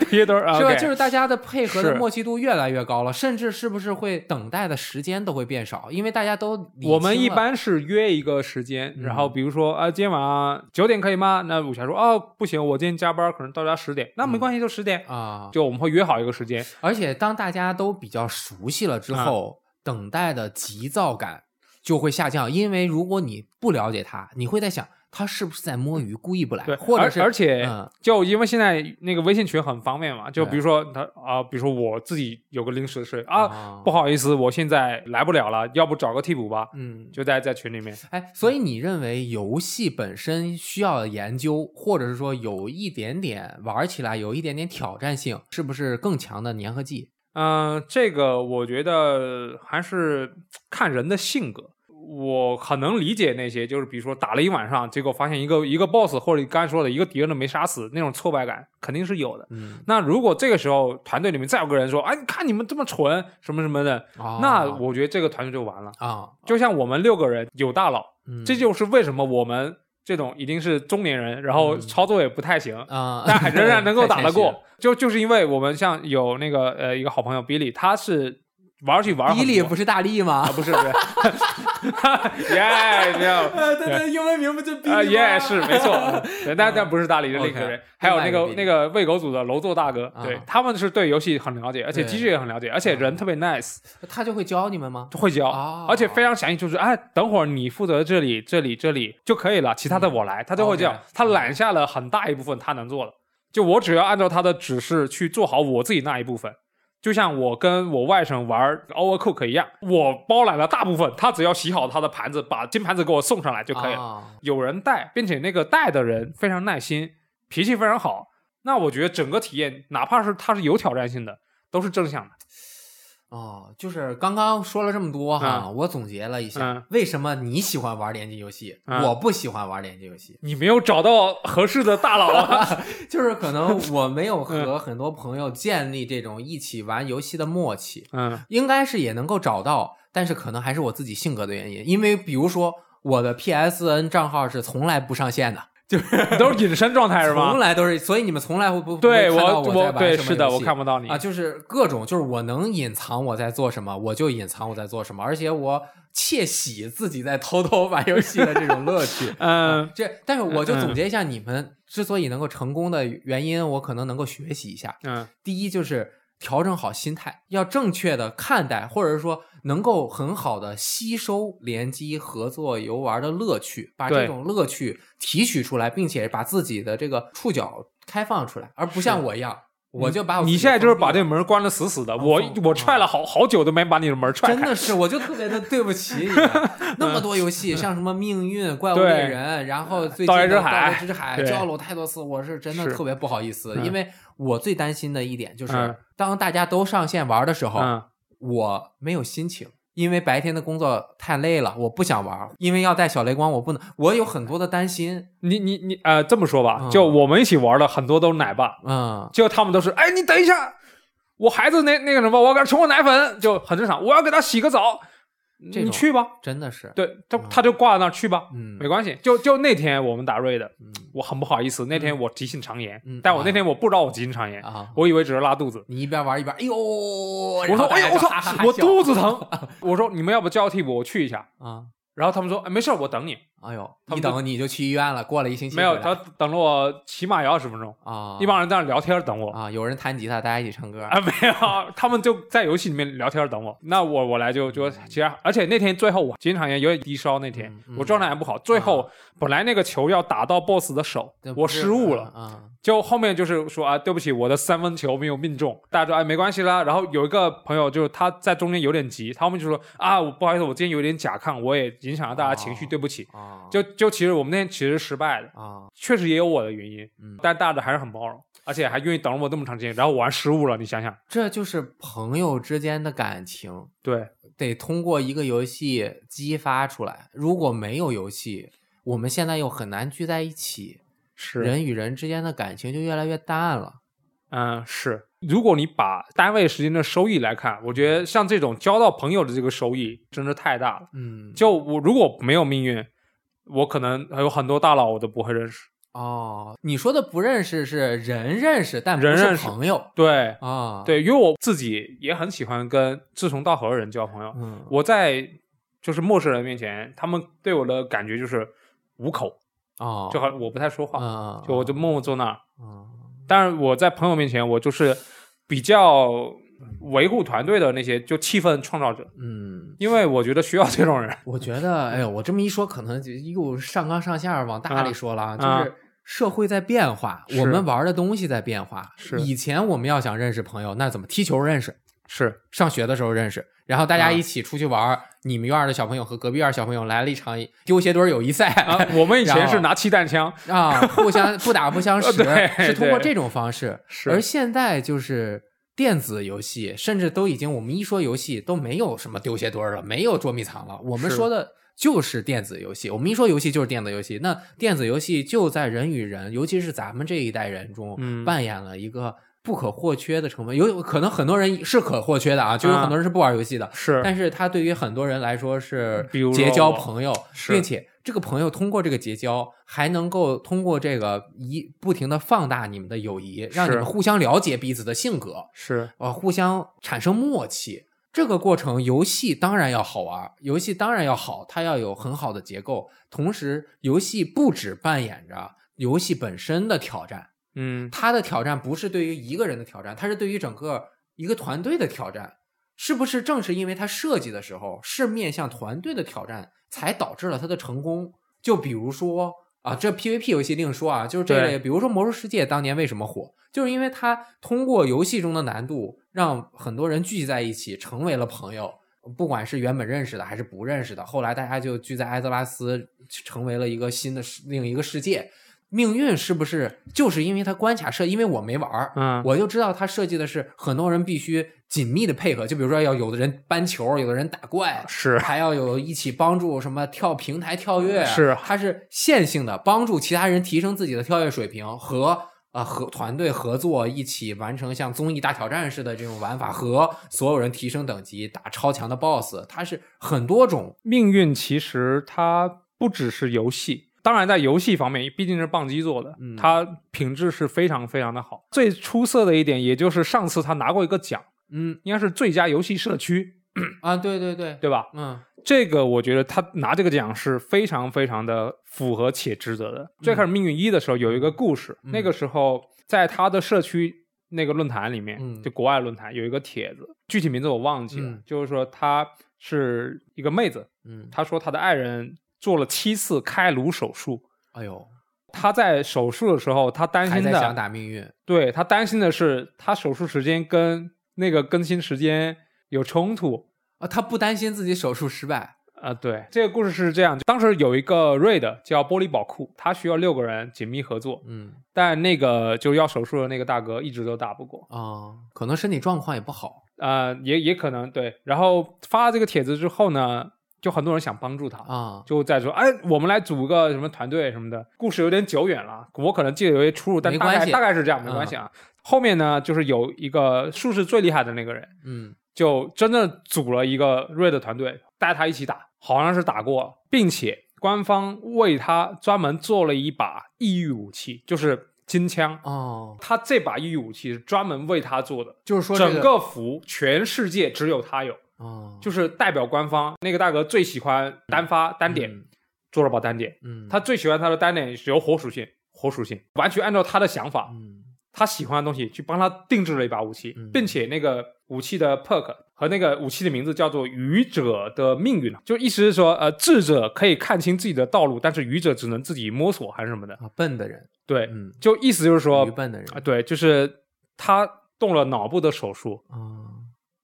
S2: 第一堆儿啊，
S1: 是吧？
S2: OK
S1: 就是大家的配合
S2: 是
S1: 的默契度越来越高了，甚至是不是会等待的时间都会变少，因为大家都理
S2: 我们
S1: 清
S2: 一
S1: 了
S2: 般是约一个时间，
S1: 嗯
S2: 然后比如说啊，今天晚上九点可以吗？那武侠说哦不行，我今天加班，可能到家十点，那
S1: 嗯
S2: 没关系，就十点。
S1: 啊，
S2: 就我们会约好一个时间，
S1: 而且当大家都比较熟悉了之
S2: 嗯
S1: 后，等待的急躁感就会下降，因为如果你不了解他，你会在想他是不是在摸鱼，故意不来
S2: 对，，
S1: 或者
S2: 而
S1: 是
S2: 而且
S1: 嗯
S2: 就因为现在那个微信群很方便嘛，就
S1: 对
S2: 比如说他啊，比如说我自己有个临时的事啊，
S1: 啊
S2: 不，好意思，我现在来不了了，要不找个替补吧，
S1: 嗯，
S2: 就在在群里面。
S1: 哎，所以你认为游戏本身需要研究，或者是说有一点点玩起来有一点点挑战性，是不是更强的粘合剂？
S2: 呃嗯、这个我觉得还是看人的性格。我很能理解那些，就是比如说打了一晚上，结果发现一个一个 boss 或者你刚才说的一个敌人都没杀死，那种挫败感肯定是有的。
S1: 嗯，
S2: 那如果这个时候团队里面再有个人说：“哎，你看你们这么蠢，什么什么的”，
S1: 哦
S2: 那我觉得这个团队就完了。
S1: 啊，
S2: 就像我们六个人有大佬，
S1: 嗯
S2: 这就是为什么我们这种已经是中年人，然后操作也不太行，
S1: 啊，
S2: 但还仍然能够打
S1: 太
S2: 得
S1: 谦虚了
S2: 过。就就是因为我们像有那个呃一个好朋友 Billy，他是玩儿去玩儿很
S1: 伊利
S2: 多
S1: 不是大力
S2: 啊
S1: 吗？
S2: 不是 不是，耶没有。
S1: 呃，对对，英文名不就
S2: 啊，耶，是没错， 对，但
S1: 嗯
S2: 但不是大理，是另一
S1: OK，
S2: 个人，还有那
S1: 另外
S2: 个
S1: 一个
S2: 那
S1: 比例
S2: 个喂狗组的楼座大哥，对
S1: 啊
S2: 他们是对游戏很了解，而且
S1: 对嗯
S2: 机制也很了解，而且人特别 nice，
S1: 他就会教你们吗？
S2: 会教，
S1: 啊
S2: 而且非常详细，就是哎，等会儿你负责这里、这里、这里就可以了，其他的我来，他就会这样
S1: OK，
S2: 他揽下了很大一部分他能做的，就我只要按照他的指示去做好我自己那一部分。就像我跟我外甥玩 Overcook 一样，我包揽了大部分，他只要洗好他的盘子，把金盘子给我送上来就可以了。
S1: 了。
S2: 有人带，并且那个带的人非常耐心，脾气非常好，那我觉得整个体验，哪怕是它是有挑战性的，都是正向的。
S1: 哦，就是刚刚说了这么多哈，我总结了一
S2: 嗯
S1: 下，为什么你喜欢玩联机游戏，
S2: 嗯
S1: 我不喜欢玩联机游戏，
S2: 你没有找到合适的大佬啊！
S1: 就是可 能我没
S2: 嗯
S1: 有和很多朋友建立这种一起玩游戏的默契，
S2: 嗯
S1: 应该是也能够找到，但是可能还是我自己性格的原因，因为比如说我的 PSN 账号是从来不上线的，
S2: 都是隐身状态是
S1: 从
S2: 吗？
S1: 来都是，所以你们从来会不
S2: 对
S1: 不会看到
S2: 我
S1: 在玩
S2: 对
S1: 什么
S2: 是的，
S1: 游戏
S2: 我看不到你。
S1: 啊，就是各种，就是我能隐藏我在做什么，我就隐藏我在做什么，而且我窃喜自己在偷偷玩游戏的这种乐趣
S2: 嗯，
S1: 这，但是我就
S2: 嗯
S1: 总结一下，你们之所以能够成功的原因，我可能能够学习一下。
S2: 嗯
S1: 第一就是调整好心态，要正确的看待，或者是说能够很好的吸收联机合作游玩的乐趣，把
S2: 对
S1: 这种乐趣提取出来，并且把自己的这个触角开放出来，而不像我一样，我就啊把我
S2: 你
S1: 自己
S2: 现在就是
S1: 封闭
S2: 把
S1: 了
S2: 这门关的死死的，我
S1: 啊放
S2: 我踹了好好久都没把你的门踹
S1: 真
S2: 开。
S1: 的是，我就特别的对不起你 们。那么多游戏，像什么《命运》《怪物
S2: 嗯对
S1: 猎人》，然后最近的《
S2: 盗
S1: 盗
S2: 月之海
S1: 月之海》
S2: 对
S1: 教了我太多次，我是真的
S2: 是
S1: 特别不好意思，
S2: 嗯
S1: 因为我最担心的一点就
S2: 嗯
S1: 是，当大家都上线玩的时候，
S2: 嗯，
S1: 我没有心情。因为白天的工作太累了，我不想玩。因为要带小雷光，我不能。我有很多的担心，
S2: 你你你呃，这么说吧，
S1: 嗯
S2: 就我们一起玩的很多都是奶爸，
S1: 嗯，
S2: 结果他们都是，哎，你等一下，我孩子那那个什么，我要给他冲个奶粉，就很正常。我要给他洗个澡，
S1: 这种
S2: 你去吧。
S1: 真的是，
S2: 对，他
S1: 嗯
S2: 他就挂在那儿去吧，
S1: 嗯
S2: 没关系。就就那天我们打瑞的，
S1: 嗯
S2: 我很不好意思，那天我急性肠炎，
S1: 嗯
S2: 但我那天我不知道我急性肠炎，
S1: 啊，
S2: 我以为只是拉 肚子。
S1: 你一边玩一边，哎呦，我。
S2: 我说，哎呀，我操，我肚子疼 我说你们要不交替我，我去一下。
S1: 啊，
S2: 然后他们说，哎，没事儿，我等你。
S1: 哎呦，
S2: 他们
S1: 一
S2: 都
S1: 等你就去医院了，过了一星期
S2: 没有，
S1: 回来
S2: 他等了我起码也二十分钟，
S1: 啊，
S2: 一帮人在那聊天等我。
S1: 啊，有人弹吉他，大家一起唱歌
S2: 啊，没有，他们就在游戏里面聊天等我。那我我来就
S1: 嗯
S2: 就其他，而且那天最后我经常也有点低烧，那天、
S1: 嗯嗯嗯
S2: 我状态还不好。最后、本来那个球要打到 BOSS 的手，我失误了。
S1: 啊
S2: 就后面就是说啊，对不起，我的三分球没有命中。大家说哎，没关系啦。然后有一个朋友就是他在中间有点急，他们就说啊，我不好意思，我今天有点甲亢，我也影响了大家情绪，
S1: 哦
S2: 对不起。
S1: 啊，
S2: 就就其实我们那天其实失败了，
S1: 啊，
S2: 确实也有我的原因，
S1: 嗯
S2: 但大家还是很包容，而且还愿意等了我这么长时间。然后我还失误了，你想想，
S1: 这就是朋友之间的感情，
S2: 对。
S1: 得通过一个游戏激发出来。如果没有游戏，我们现在又很难聚在一起，
S2: 是
S1: 人与人之间的感情就越来越淡了。
S2: 嗯，是。如果你把单位时间的收益来看，我觉得像这种交到朋友的这个收益真的太大了。
S1: 嗯，
S2: 就我如果没有命运，我可能还有很多大佬我都不会认识。
S1: 哦，你说的不认识是人认识，但不
S2: 人认
S1: 是
S2: 识
S1: 朋友
S2: 对
S1: 啊。，
S2: 对，因为我自己也很喜欢跟志同道合的人交朋友。
S1: 嗯，
S2: 我在就是陌生人面前，他们对我的感觉就是无口，
S1: 哦，
S2: 就好像我不太说话，
S1: 嗯，
S2: 就我就默默坐那儿。
S1: 嗯
S2: 但是我在朋友面前，我就是比较维护团队的那些就气氛创造者。
S1: 嗯。
S2: 因为我觉得需要这 种人。
S1: 我觉得，哎呦，我这么一说，可能就又上纲上线儿往大
S2: 啊
S1: 里说了，啊、
S2: 啊
S1: 就是社会在变化，
S2: 是
S1: 我们玩的东西在变化。
S2: 是
S1: 以前我们要想认识朋友，那怎么踢球认识？
S2: 是，
S1: 上学的时候认识，然后大
S2: 啊
S1: 家一起出去玩儿，你们院儿的小朋友和隔壁院儿小朋友来了一场丢鞋墩儿友谊赛
S2: 啊
S1: 啊，
S2: 我们以前
S1: 然后
S2: 是拿气弹枪，
S1: 啊互相不打不相识，
S2: 对
S1: 是通过
S2: 对
S1: 这种方式。
S2: 是
S1: 而现在就是。电子游戏甚至都已经，我们一说游戏都没有什么丢鞋墩儿了，没有捉迷藏了。我们
S2: 是
S1: 说的就是电子游戏。我们一说游戏就是电子游戏，那电子游戏就在人与人，尤其是咱们这一代人中，
S2: 嗯
S1: 扮演了一个不可或缺的成分。有可能很多人是可或缺的啊，就有
S2: 啊
S1: 很多人是不玩游戏的，
S2: 是
S1: 但是它对于很多人来说是
S2: 比如说
S1: 结交
S2: 我
S1: 朋友，
S2: 是
S1: 并且这个朋友通过这个结交，还能够通过这个一不停的放大你们的友谊，让你
S2: 是
S1: 们互相了解彼此的性格，
S2: 是
S1: 呃，互相产生默契。这个过程，游戏当然要好玩，游戏当然要好，它要有很好的结构。同时，游戏不只扮演着游戏本身的挑战，
S2: 嗯
S1: 它的挑战不是对于一个人的挑战，它是对于整个一个团队的挑战。是不是正是因为它设计的时候是面向团队的挑战，才导致了它的成功？就比如说啊，这 PVP 游戏另说啊，就是这类，
S2: 对
S1: 比如说《魔兽世界》当年为什么火，就是因为它通过游戏中的难度，让很多人聚集在一起，成为了朋友。不管是原本认识的还是不认识的，后来大家就聚在艾泽拉斯，成为了一个新的世另一个世界。命运是不是就是因为它关卡设？因为我没玩儿，
S2: 嗯
S1: 我就知道它设计的是很多人必须紧密的配合，就比如说要有的人搬球，有的人打怪，
S2: 是
S1: 还要有一起帮助什么跳平台跳跃，啊
S2: 是啊
S1: 它是线性的，帮助其他人提升自己的跳跃水平和。啊，和团队合作一起完成像综艺大挑战似的这种玩法，和所有人提升等级，打超强的 BOSS，它是很多种
S2: 命运其实它不只是游戏，当然在游戏方面，毕竟是棒机做的，
S1: 嗯
S2: 它品质是非常非常的好。最出色的一点，也就是上次他拿过一个奖，
S1: 嗯
S2: 应该是最佳游戏社区，
S1: 啊，对对对，
S2: 对吧？
S1: 嗯
S2: 这个我觉得他拿这个奖是非常非常的符合且值得的。最开始《命运一》的时候有一个故事，
S1: 嗯
S2: 那个时候在他的社区那个论坛里面，
S1: 嗯
S2: 就国外论坛有一个帖子，具体名字我忘记了，
S1: 嗯
S2: 就是说她是一个妹子，
S1: 嗯，
S2: 她说她的爱人做了七次开颅手术。
S1: 哎呦，
S2: 她在手术的时候，她担
S1: 还
S2: 心
S1: 在想
S2: 的，
S1: 打命运，
S2: 对她担心的是她手术时间跟那个更新时间有冲突，
S1: 啊，他不担心自己手术失败，
S2: 啊、对，这个故事是这样：当时有一个 raid 叫玻璃宝库，他需要六个人紧密合作，
S1: 嗯
S2: 但那个就是要手术的那个大哥一直都打不过，
S1: 啊、可能身体状况也不好
S2: 呃，也也可能对。然后发了这个帖子之后呢，就很多人想帮助他，
S1: 啊，
S2: 就在说，哎，我们来组个什么团队什么的。故事有点久远了，我可能记得有些出入，但
S1: 没
S2: 大概
S1: 关系嗯
S2: 大概是这样，没关系啊。后面呢，就是有一个术士最厉害的那个人，
S1: 嗯
S2: 就真正组了一个 Red 团队，带他一起打，好像是打过了，并且官方为他专门做了一把异域武器，就是金枪。
S1: 哦，
S2: 他这把异域武器是专门为他做的，
S1: 就是说、这
S2: 整个服全世界只有他有，
S1: 哦，
S2: 就是代表官方。那个大哥最喜欢单发单点，
S1: 嗯
S2: 做了把单点，
S1: 嗯，
S2: 他最喜欢他的单点是有火属性，火属性完全按照他的想法，
S1: 嗯
S2: 他喜欢的东西，去帮他定制了一把武器，
S1: 嗯
S2: 并且那个武器的 perk 和那个武器的名字叫做“愚者的命运”，啊就意思是说，呃，智者可以看清自己的道路，但是愚者只能自己摸索还是什么的。
S1: 啊，笨的人，
S2: 对，
S1: 嗯，
S2: 就意思就是说
S1: 愚，笨的人
S2: 啊，对，就是他动了脑部的手术，
S1: 啊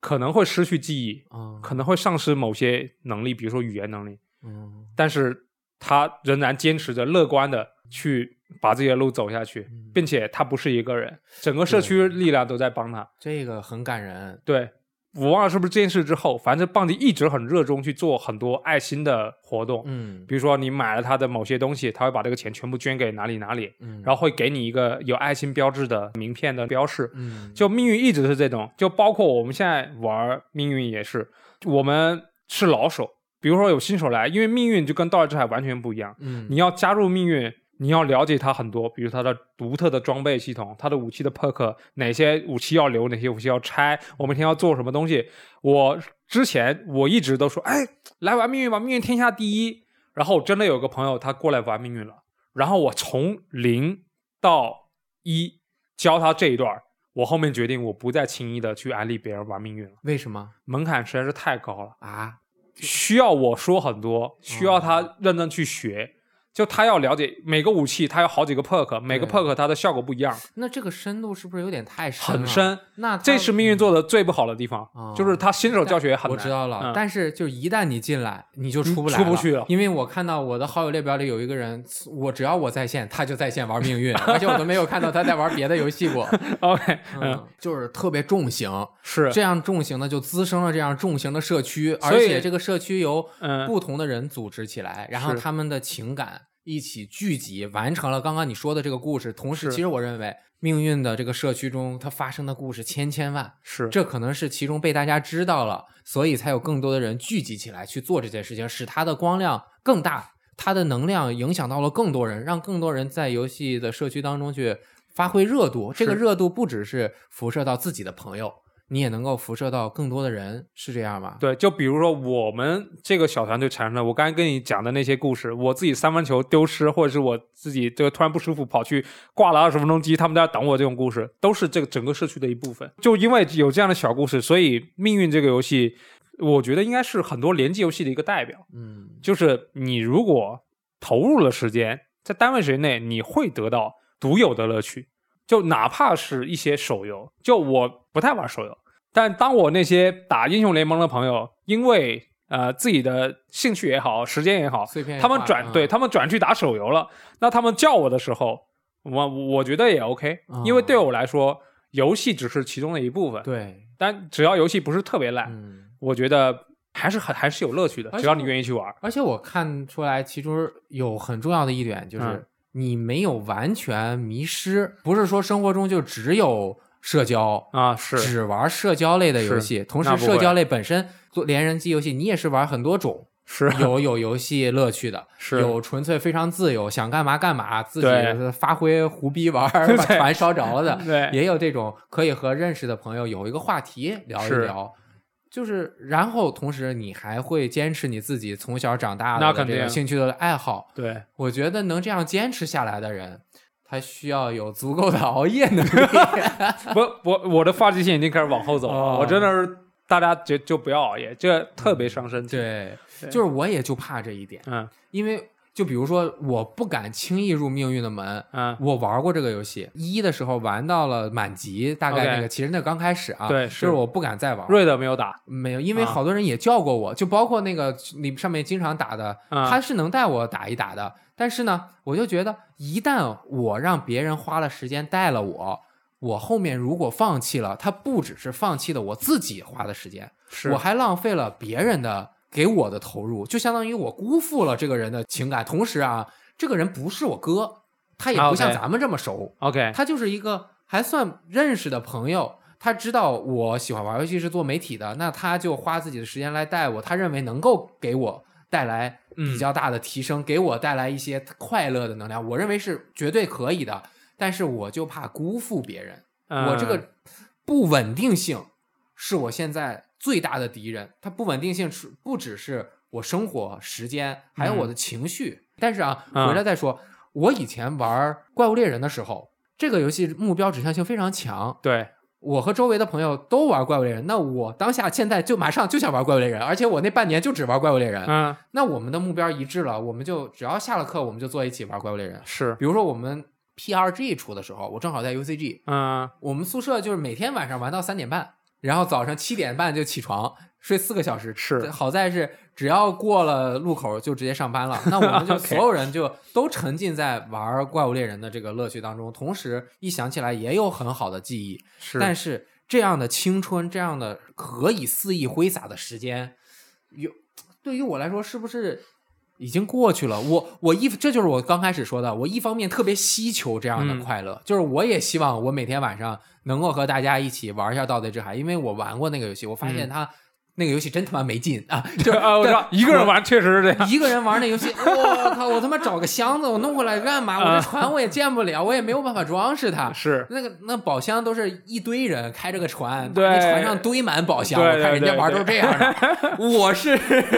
S2: 可能会失去记忆，
S1: 啊
S2: 可能会丧失某些能力，比如说语言能力，
S1: 嗯
S2: 但是他仍然坚持着乐观的去把自己的路走下去
S1: 嗯，
S2: 并且他不是一个人，整个社区力量都在帮他。
S1: 这个很感人，
S2: 对，我忘了是不是这件事之后，反正棒迪一直很热衷去做很多爱心的活动，
S1: 嗯
S2: 比如说你买了他的某些东西，他会把这个钱全部捐给哪里哪里，
S1: 嗯，
S2: 然
S1: 后
S2: 后会给你一个有爱心标志的名片的标识。
S1: 嗯
S2: 就命运一直是这种，就包括我们现在玩命运也是，我们是老手，比如说有新手来，因为命运就跟《盗猎之海》完全不一样，
S1: 嗯
S2: 你要加入命运，你要了解它很多，比如它的独特的装备系统，它的武器的 perk，哪些武器要留，哪些武器要拆，我每天要做什么东西。我之前我一直都说，哎，来玩命运吧，命运天下第一。然后真的有个朋友他过来玩命运了，然后我从零到一教他这一段儿，我后面决定我不再轻易的去安利别人玩命运了，
S1: 为什么
S2: 门槛实在是太高了。
S1: 啊？哦
S2: 需要我说很多，需要他认真去学，就他要了解每个武器，它有好几个 perk，每个
S1: 对啊
S2: perk 它的效果不一样，
S1: 那这个深度是不是有点太深？
S2: 很。深。
S1: 那它
S2: 这是命运做的最不好的地方，
S1: 哦
S2: 就是他新手教学很
S1: 我
S2: 难。
S1: 知道了，
S2: 嗯
S1: 但是就一旦你进来，你就出不来
S2: 出不去了
S1: 因为我看到我的好友列表里有一个人，我只要我在线，他就在线玩 命运，而且我都没有看到他在玩别的游戏过。
S2: OK，嗯，
S1: 嗯，就是特别重型，
S2: 是，
S1: 这样重型的就滋生了这样重型的社区，
S2: 所
S1: 而
S2: 以
S1: 且这个社区由
S2: 嗯，
S1: 不同的人组织起来，然后
S2: 是
S1: 他们的情感一起聚集，完成了刚刚你说的这个故事。同时，
S2: 是
S1: 其实我认为命运的这个社区中，它发生的故事千千万，
S2: 是，
S1: 这可能是其中被大家知道了，所以才有更多的人聚集起来去做这件事情，使它的光亮更大，它的能量影响到了更多人，让更多人在游戏的社区当中去发挥热度。这个热度不只是辐射到自己的朋友，你也能够辐射到更多的人，是这样吧？
S2: 对，就比如说我们这个小团队产生的，我刚才跟你讲的那些故事，我自己三分球丢失，或者是我自己这个突然不舒服跑去挂了二十分钟机，他们都在等我这种故事，都是这个整个社区的一部分。就因为有这样的小故事，所以命运这个游戏，我觉得应该是很多联机游戏的一个代表。
S1: 嗯，
S2: 就是你如果投入了时间，在单位时间内，你会得到独有的乐趣。就哪怕是一些手游，就我不太玩手游，但当我那些打英雄联盟的朋友，因为呃自己的兴趣也好，时间也好，
S1: 碎片
S2: 他们
S1: 化
S2: 转
S1: 嗯
S2: 对他们转去打手游了，那他们叫我的时候，我我觉得也 OK，
S1: 嗯
S2: 因为对我来说，游戏只是其中的一部分。
S1: 对，
S2: 但只要游戏不是特别烂，
S1: 嗯。
S2: 我觉得还是很还是有乐趣的，
S1: 而且
S2: 只要你愿意去玩。
S1: 而且我看出来，其中有很重要的一点就
S2: 嗯
S1: 是你没有完全迷失，不是说生活中就只有社交。
S2: 啊，是
S1: 只玩社交类的游戏，同
S2: 那
S1: 时
S2: 不
S1: 社交
S2: 会
S1: 类本身做连人机游戏，你也是玩很多种，
S2: 是
S1: 有有游戏乐趣的，
S2: 是
S1: 有纯粹非常自由，想干嘛干嘛，自
S2: 对
S1: 己发挥胡逼玩儿，把
S2: 对
S1: 船烧着了的，
S2: 对
S1: 也有这种可以和认识的朋友有一个话题聊一
S2: 是
S1: 聊，就是然后同时你还会坚持你自己从小长大
S2: 那
S1: 的
S2: 肯
S1: 这个
S2: 定
S1: 兴趣的爱好。
S2: 对，
S1: 我觉得能这样坚持下来的人，他需要有足够的熬夜能 力。
S2: 不，我我的发际线已经开始往后走了，
S1: 哦
S2: 我真的是大家就就不要熬夜，这特别伤身
S1: 嗯
S2: 体。，
S1: 对，
S2: 对
S1: 就是我也就怕这一点，
S2: 嗯
S1: 因为就比如说，我不敢轻易入命运的门。
S2: 嗯，
S1: 我玩过这个游戏，一的时候玩到了满级，大概
S2: OK
S1: 那个其实那刚开始啊，
S2: 对
S1: 就是是我不敢再玩了，
S2: 瑞德没有打，
S1: 没有，因为
S2: 啊
S1: 好多人也叫过我，就包括那个你上面经常打的，
S2: 啊
S1: 他是能带我打一打的。但是呢，我就觉得一旦我让别人花了时间带了我，我后面如果放弃了，他不只是放弃了我自己花的时间，
S2: 是
S1: 我还浪费了别人的给我的投入，就相当于我辜负了这个人的情感。同时啊，这个人不是我哥，他也不像
S2: 啊 OK
S1: 咱们这么熟。
S2: OK
S1: 他就是一个还算认识的朋友，他知道我喜欢玩游戏是做媒体的，那他就花自己的时间来带我，他认为能够给我带来比较大的提升，给我带来一些快乐的能量，我认为是绝对可以的。但是我就怕辜负别人，
S2: 嗯
S1: 我这个不稳定性是我现在最大的敌人。它不稳定性是不只是我生活时间，还有我的情绪。但是啊，
S2: 嗯
S1: 回来再说，我以前玩《怪物猎人》的时候，这个游戏目标指向性非常强。
S2: 对
S1: 我和周围的朋友都玩《怪物猎人》，那我当下现在就马上就想玩《怪物猎人》，而且我那半年就只玩《怪物猎人》
S2: 嗯
S1: 那我们的目标一致了，我们就只要下了课，我们就坐一起玩《怪物猎人》。
S2: 是
S1: 比如说我们 PRG 出的时候，我正好在 UCG，
S2: 嗯
S1: 我们宿舍就是每天晚上玩到三点半，然后早上七点半就起床睡四个小时。
S2: 是
S1: 好在是只要过了路口就直接上班了。那我们就
S2: OK
S1: 所有人就都沉浸在玩怪物猎人的这个乐趣当中，同时一想起来也有很好的记忆。
S2: 是，
S1: 但是这样的青春，这样的可以肆意挥洒的时间，有对于我来说是不是？已经过去了，我我一这就是我刚开始说的，我一方面特别希求这样
S2: 嗯
S1: 的快乐，就是我也希望我每天晚上能够和大家一起玩一下《盗贼之海》，因为我玩过那个游戏，我发现它、那个游戏真他妈没劲 啊！就
S2: 嗯啊，我知道一个人
S1: 玩。
S2: 玩确实是这 样，
S1: 一个人玩那游戏，我靠！我他妈找个箱子，我弄过来干嘛？我
S2: 啊
S1: 这船我也建不了，我也没有办法装饰它。
S2: 是
S1: 那个那宝箱都是一堆人开着个船，
S2: 对
S1: 把那船上堆满宝箱，
S2: 对
S1: 我看人家
S2: 对
S1: 玩都
S2: 对
S1: 是这样的。 我是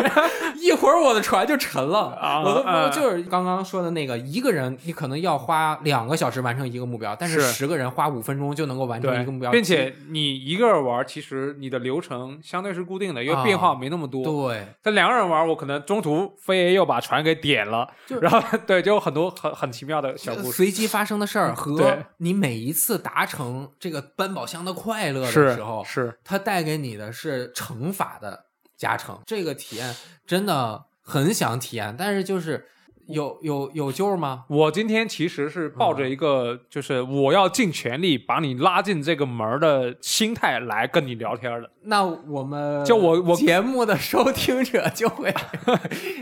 S1: 一会儿我的船就沉了
S2: 啊，
S1: 我都不知道
S2: 啊
S1: 就是刚刚说的那个，一个人你可能要花两个小时完成一个目标，但是
S2: 是
S1: 十个人花五分钟就能够完成一个目标，
S2: 并且你一个人玩，其实你的流程相对是固定定了，因为变化没那么多。
S1: 啊对，
S2: 但两个人玩，我可能中途飞 A 又把船给点了
S1: 就，
S2: 然后 对，就有很多很很奇妙的小故事。嗯
S1: 随机发生的事儿和
S2: 对
S1: 你每一次达成这个搬宝箱的快乐的
S2: 呃是
S1: 时候，
S2: 是，
S1: 它带给你的是乘法的加成，这个体验真的很想体验，但是就是有有有救吗？
S2: 我今天其实是抱着一个就是我要尽全力把你拉进这个门儿的心态来跟你聊天的
S1: 那我们
S2: 就我我
S1: 节目的收听者就会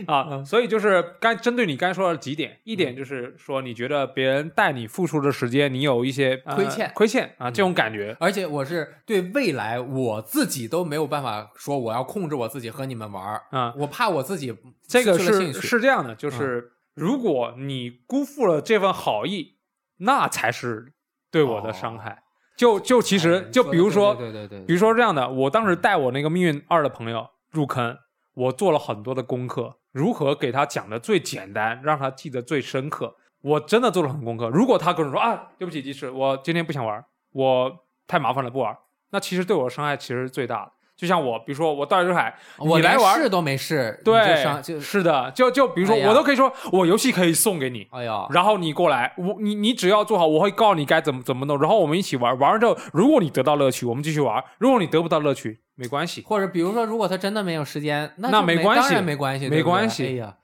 S2: 啊，所以就是刚针对你刚才说的几点，一点就是说你觉得别人带你付出的时间，你有一些呃
S1: 亏欠
S2: 亏欠啊这种感觉。
S1: 而且我是对未来我自己都没有办法说我要控制我自己和你们玩儿，
S2: 啊，
S1: 我怕我自己
S2: 这个
S1: 失去了嗯兴
S2: 是
S1: 趣
S2: 是这样的，就是如果你辜负了这份好意，那才是对我的伤害。就就
S1: 哦
S2: 其
S1: 哎
S2: 实
S1: 你
S2: 就
S1: 得
S2: 比如说，
S1: 对对对对
S2: 比如说这样的，我当时带我那个命运二的朋友入坑，我做了很多的功课，如何给他讲的最简单，让他记得最深刻。我真的做了很功课。如果他跟我说啊，对不起，技师，我今天不想玩，我太麻烦了，不玩。那其实对我的伤害其实是最大的。就像我，比如说我到热海，
S1: 我
S2: 你来
S1: 连
S2: 玩
S1: 试都没试，你就
S2: 对，
S1: 上就是
S2: 的，就就比如说，
S1: 哎呀
S2: 我都可以说，我游戏可以送给你，
S1: 哎呦，
S2: 然后你过来，我你你只要做好，我会告诉你该怎么怎么弄，然后我们一起玩，玩完之后，如果你得到乐趣，我们继续玩；如果你得不到乐趣，没关系。
S1: 或者比如说，如果他真的没有时间，那
S2: 那
S1: 就没
S2: 没关系
S1: 当然没关系，
S2: 没
S1: 对不对
S2: 关系
S1: 哎呀，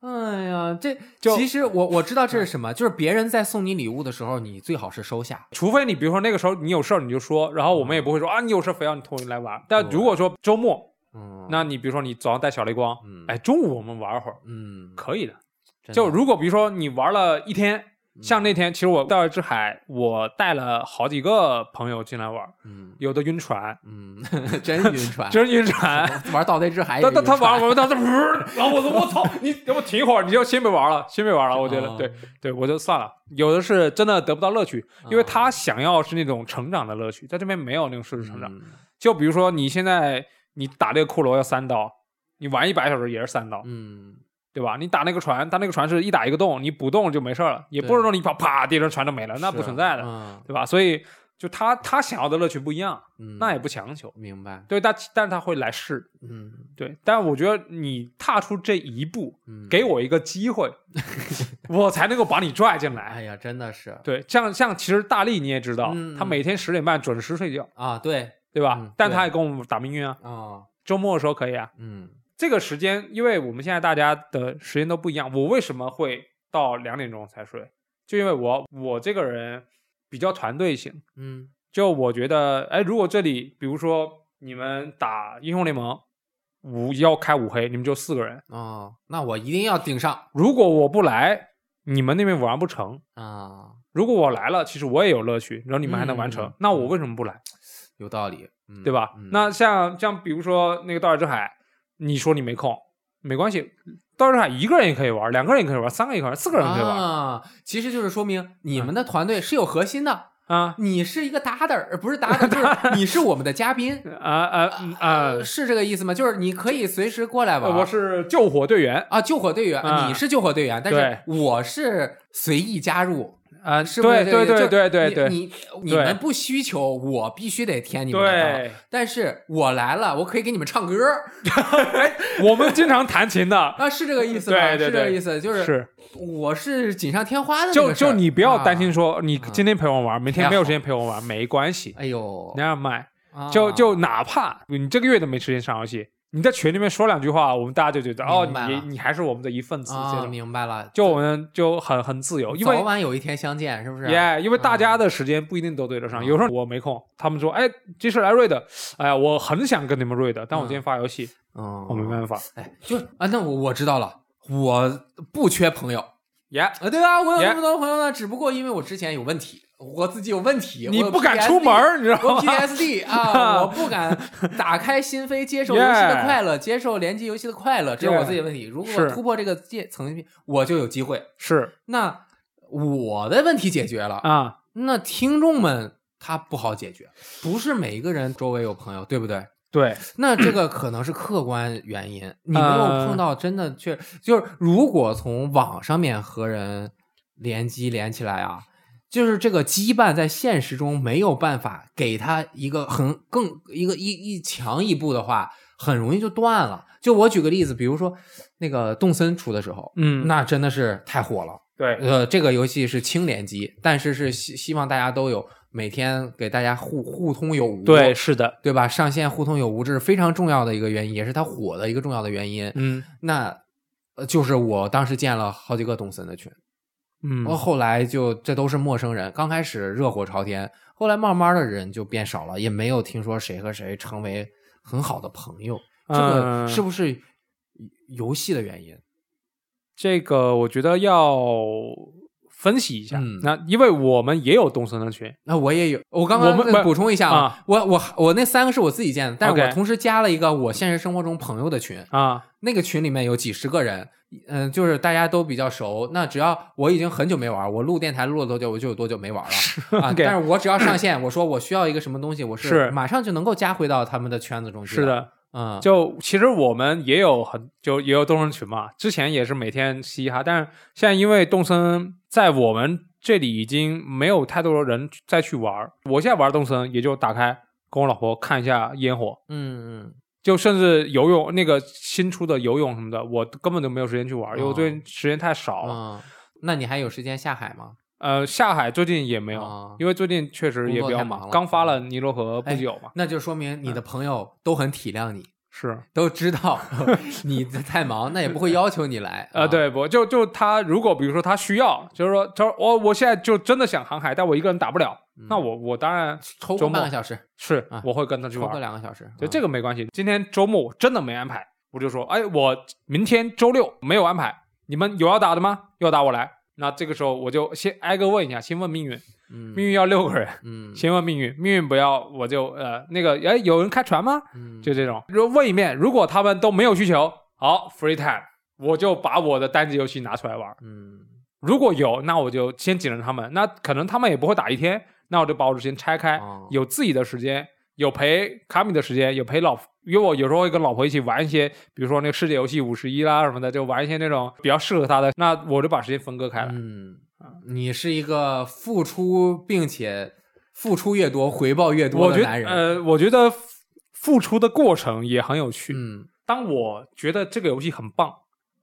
S1: 哎呀，这
S2: 就嗯
S1: 其实我我知道这是什么，就是别人在送你礼物的时候，你最好是收下。
S2: 除非你比如说那个时候你有事儿你就说，然后我们也不会说啊你有事儿非要你拖你来玩。但如果说周末，
S1: 嗯，
S2: 那你比如说你早上带小雷光，
S1: 嗯
S2: 哎，中午我们玩会儿
S1: 嗯，
S2: 可以的。
S1: 真的嗯
S2: 就如果比如说你玩了一天，像那天其实我到一只海，我带了好几个朋友进来玩，
S1: 嗯
S2: 有的晕船，
S1: 嗯，真晕船，
S2: 真晕船。
S1: 玩盗贼之海也
S2: 他
S1: 晕
S2: 他
S1: 船，
S2: 他玩玩 到这，然后我说我操，你给我停一会儿，你就先别玩了，先别玩了。我觉
S1: 哦
S2: 得对对，我就算了。有的是真的得不到乐趣，
S1: 哦
S2: 因为他想要是那种成长的乐趣，在这边没有那种顺势成长。
S1: 嗯
S2: 就比如说你现在你打这个骷髅要三刀，你玩一百小时也是三刀，
S1: 嗯，
S2: 对吧？你打那个船，他那个船是一打一个洞，你补洞就没事儿了，也不
S1: 对
S2: 是说你啪啪跌成船就没了，那不
S1: 是
S2: 存在的，
S1: 嗯
S2: 对吧？所以就他他想要的乐趣不一样，
S1: 嗯，
S2: 那也不强求。
S1: 明白，
S2: 对，但但是他会来试，
S1: 嗯
S2: 对，但我觉得你踏出这一步，
S1: 嗯，
S2: 给我一个机会， 我才能够把你拽进来。
S1: 哎呀，真的是
S2: 对，像像其实大力你也知道，
S1: 嗯
S2: 他每天十点半准时睡觉，
S1: 啊，对
S2: 对吧？
S1: 嗯
S2: 但
S1: 对
S2: 他也跟我们打命运啊，
S1: 啊，
S2: 周末的时候可以啊。
S1: 嗯
S2: 这个时间，因为我们现在大家的时间都不一样，我为什么会到两点钟才睡？就因为我我这个人比较团队型，
S1: 嗯
S2: 就我觉得，哎，如果这里比如说你们打英雄联盟五要开五黑，你们就四个人。
S1: 哦，那我一定要顶上
S2: 如果我不来，你们那边玩不成；
S1: 啊，
S2: 如果我来了，其实我也有乐趣，然后你们还能完成。
S1: 嗯
S2: 那我为什么不来？
S1: 有道理，嗯
S2: 对吧？
S1: 嗯
S2: 那像像比如说那个《盗月之海》，你说你没空，没关系，《盗月之海》一个人也可以玩，两个人也可以玩，三个人也可以玩，四个人也可以玩啊
S1: 啊，其实就是说明你
S2: 嗯
S1: 们的团队是有核心的，
S2: 啊
S1: 你是一个搭档，呃不是搭档， 就是你是我们的嘉宾，呃
S2: 啊啊啊！
S1: 是这个意思吗？就是你可以随时过来玩。
S2: 呃我是救火队员
S1: 啊，救火队员，
S2: 啊
S1: 你是救火队员，但是我是随意加入，
S2: 啊，
S1: 是不是这个
S2: 对对
S1: 意思？
S2: 对对
S1: 就是
S2: 对对
S1: 你你你们不需求，我必须得填你们的档，
S2: 对，
S1: 但是我来了，我可以给你们唱歌 哎
S2: 我们经常弹琴的，
S1: 啊，是这个意思吗？
S2: 对对
S1: 是这个
S2: 对
S1: 意思，就是
S2: 是
S1: 我是锦上添花的那
S2: 就
S1: 个事儿，
S2: 就你不要担
S1: 啊
S2: 心说你今天陪我玩，明天没有时间陪我玩，没关系。
S1: 哎呦，
S2: Never mind，
S1: 啊
S2: 就就哪怕你这个月都没时间上游戏，你在群里面说两句话，我们大家就觉得哦
S1: 明白，
S2: 你
S1: 了
S2: 你还是我们的一份子，这
S1: 啊，
S2: 种
S1: 明白了，
S2: 就我们就很很自由，因
S1: 早
S2: 为
S1: 晚有一天相见，是不是？啊
S2: 耶，因为大家的时间不一定都对得上，
S1: 嗯
S2: 有时候我没空，他们说哎，这事来瑞的，哎呀，我很想跟你们瑞的，但我今天发游戏，
S1: 嗯，
S2: 我没办法，
S1: 哎，就是啊，那我我知道了，我不缺朋友
S2: 耶，
S1: 啊，对吧？我有
S2: Yeah
S1: 那么多朋友呢，只不过因为我之前有问题，我自己有问题，
S2: 你
S1: 我有
S2: 不敢
S1: PTSD
S2: 出门儿，你知道
S1: 我
S2: 吗？
S1: PTSD 啊，我不敢打开心扉，接受游戏
S2: Yeah
S1: 的快乐，接受联机游戏的快乐，这是
S2: Yeah
S1: 我自己的问题。如果我
S2: 是
S1: 突破这个界层面，我就有机会。
S2: 是
S1: 那我的问题解决了，
S2: 啊，
S1: 那听众们他不好解决，不是每一个人周围有朋友，对不对？
S2: 对，
S1: 那这个可能是客观原因，你没有碰到真的确，就是如果从网上面和人联机连起来啊，就是这个羁绊在现实中没有办法给他一个很更一个一一强一步的话，很容易就断了。就我举个例子，比如说那个动森出的时候，
S3: 嗯，
S1: 那真的是太火了。
S3: 对，
S1: 呃，这个游戏是轻联机，但是是希希望大家都有每天给大家互互通有无，
S2: 对，是的，
S1: 对吧？上线互通有无，这是非常重要的一个原因，也是它火的一个重要的原因。
S2: 嗯
S1: 那呃就是我当时建了好几个动森的群，
S2: 嗯
S1: 我后来就这都是陌生人，刚开始热火朝天，后来慢慢的人就变少了，也没有听说谁和谁成为很好的朋友。这个
S2: 嗯
S1: 是不是游戏的原因？
S2: 这个我觉得要分析一下。
S1: 嗯
S2: 那因为我们也有动森的群，
S1: 那我也有，我刚刚
S2: 我们不
S1: 再补充一下
S2: 啊
S1: 我我我那三个是我自己建的，但是我
S2: OK
S1: 同时加了一个我现实生活中朋友的群，
S2: 啊，
S1: 那个群里面有几十个人，嗯、就是大家都比较熟。那只要我已经很久没玩，我录电台录了多久，我就有多久没玩了啊。
S2: OK
S1: 但是我只要上线，我说我需要一个什么东西，我
S2: 是
S1: 马上就能够加回到他们的圈子中去。
S2: 是，的，
S1: 嗯，
S2: 就其实我们也有很就也有动森群嘛，之前也是每天嘻哈，但是现在因为动森在我们这里已经没有太多人再去玩儿，我现在玩动森也就打开跟我老婆看一下烟火，
S1: 嗯嗯
S2: 就甚至游泳那个新出的游泳什么的，我根本都没有时间去玩儿，因为我
S1: 哦
S2: 最近时间太少了。
S1: 嗯，那你还有时间下海吗？
S2: 呃，下海最近也没有，
S1: 哦
S2: 因为最近确实也比
S1: 工作
S2: 较
S1: 太忙了啊哎
S2: 刚发了尼罗河不久嘛，
S1: 那就说明你的
S2: 嗯
S1: 朋友都很体谅你，
S2: 是。
S1: 都知道 你太忙，那也不会要求你来。
S2: 呃，
S1: 啊，
S2: 对，我就就他如果比如说他需要，就是说他说我、我现在就真的想航海，但我一个人打不了，
S1: 嗯
S2: 那我我当然
S1: 抽
S2: 周
S1: 个
S2: 末
S1: 半个小时，
S2: 是、
S1: 啊
S2: 我会跟他去
S1: 抽个
S2: 玩，
S1: 两个小时，
S2: 对、
S1: 嗯
S2: 这个没关系。今天周末我真的没安排，我就说，哎，我明天周六没有安排，你们有要打的吗？要打我来。那这个时候我就先挨个问一下，先问命运，
S1: 嗯
S2: 命运要六个人，
S1: 嗯
S2: 先问命运，命运不要我就呃那个，哎，有人开船吗？
S1: 嗯，
S2: 就这种，如问一遍，如果他们都没有需求，好，free time，我就把我的单机游戏拿出来玩。
S1: 嗯
S2: 如果有，那我就先紧着他们。那可能他们也不会打一天，那我就把我的时间拆开，
S1: 哦
S2: 有自己的时间，有陪卡米的时间，有陪老，因为我有时候会跟老婆一起玩一些，比如说那个世界游戏五十一啦什么的，就玩一些那种比较适合她的。那我就把时间分割开了。
S1: 嗯，你是一个付出并且付出越多回报越多
S2: 我
S1: 的
S2: 觉得
S1: 男，人。
S2: 呃，我觉得付付出的过程也很有趣。
S1: 嗯
S2: 当我觉得这个游戏很棒，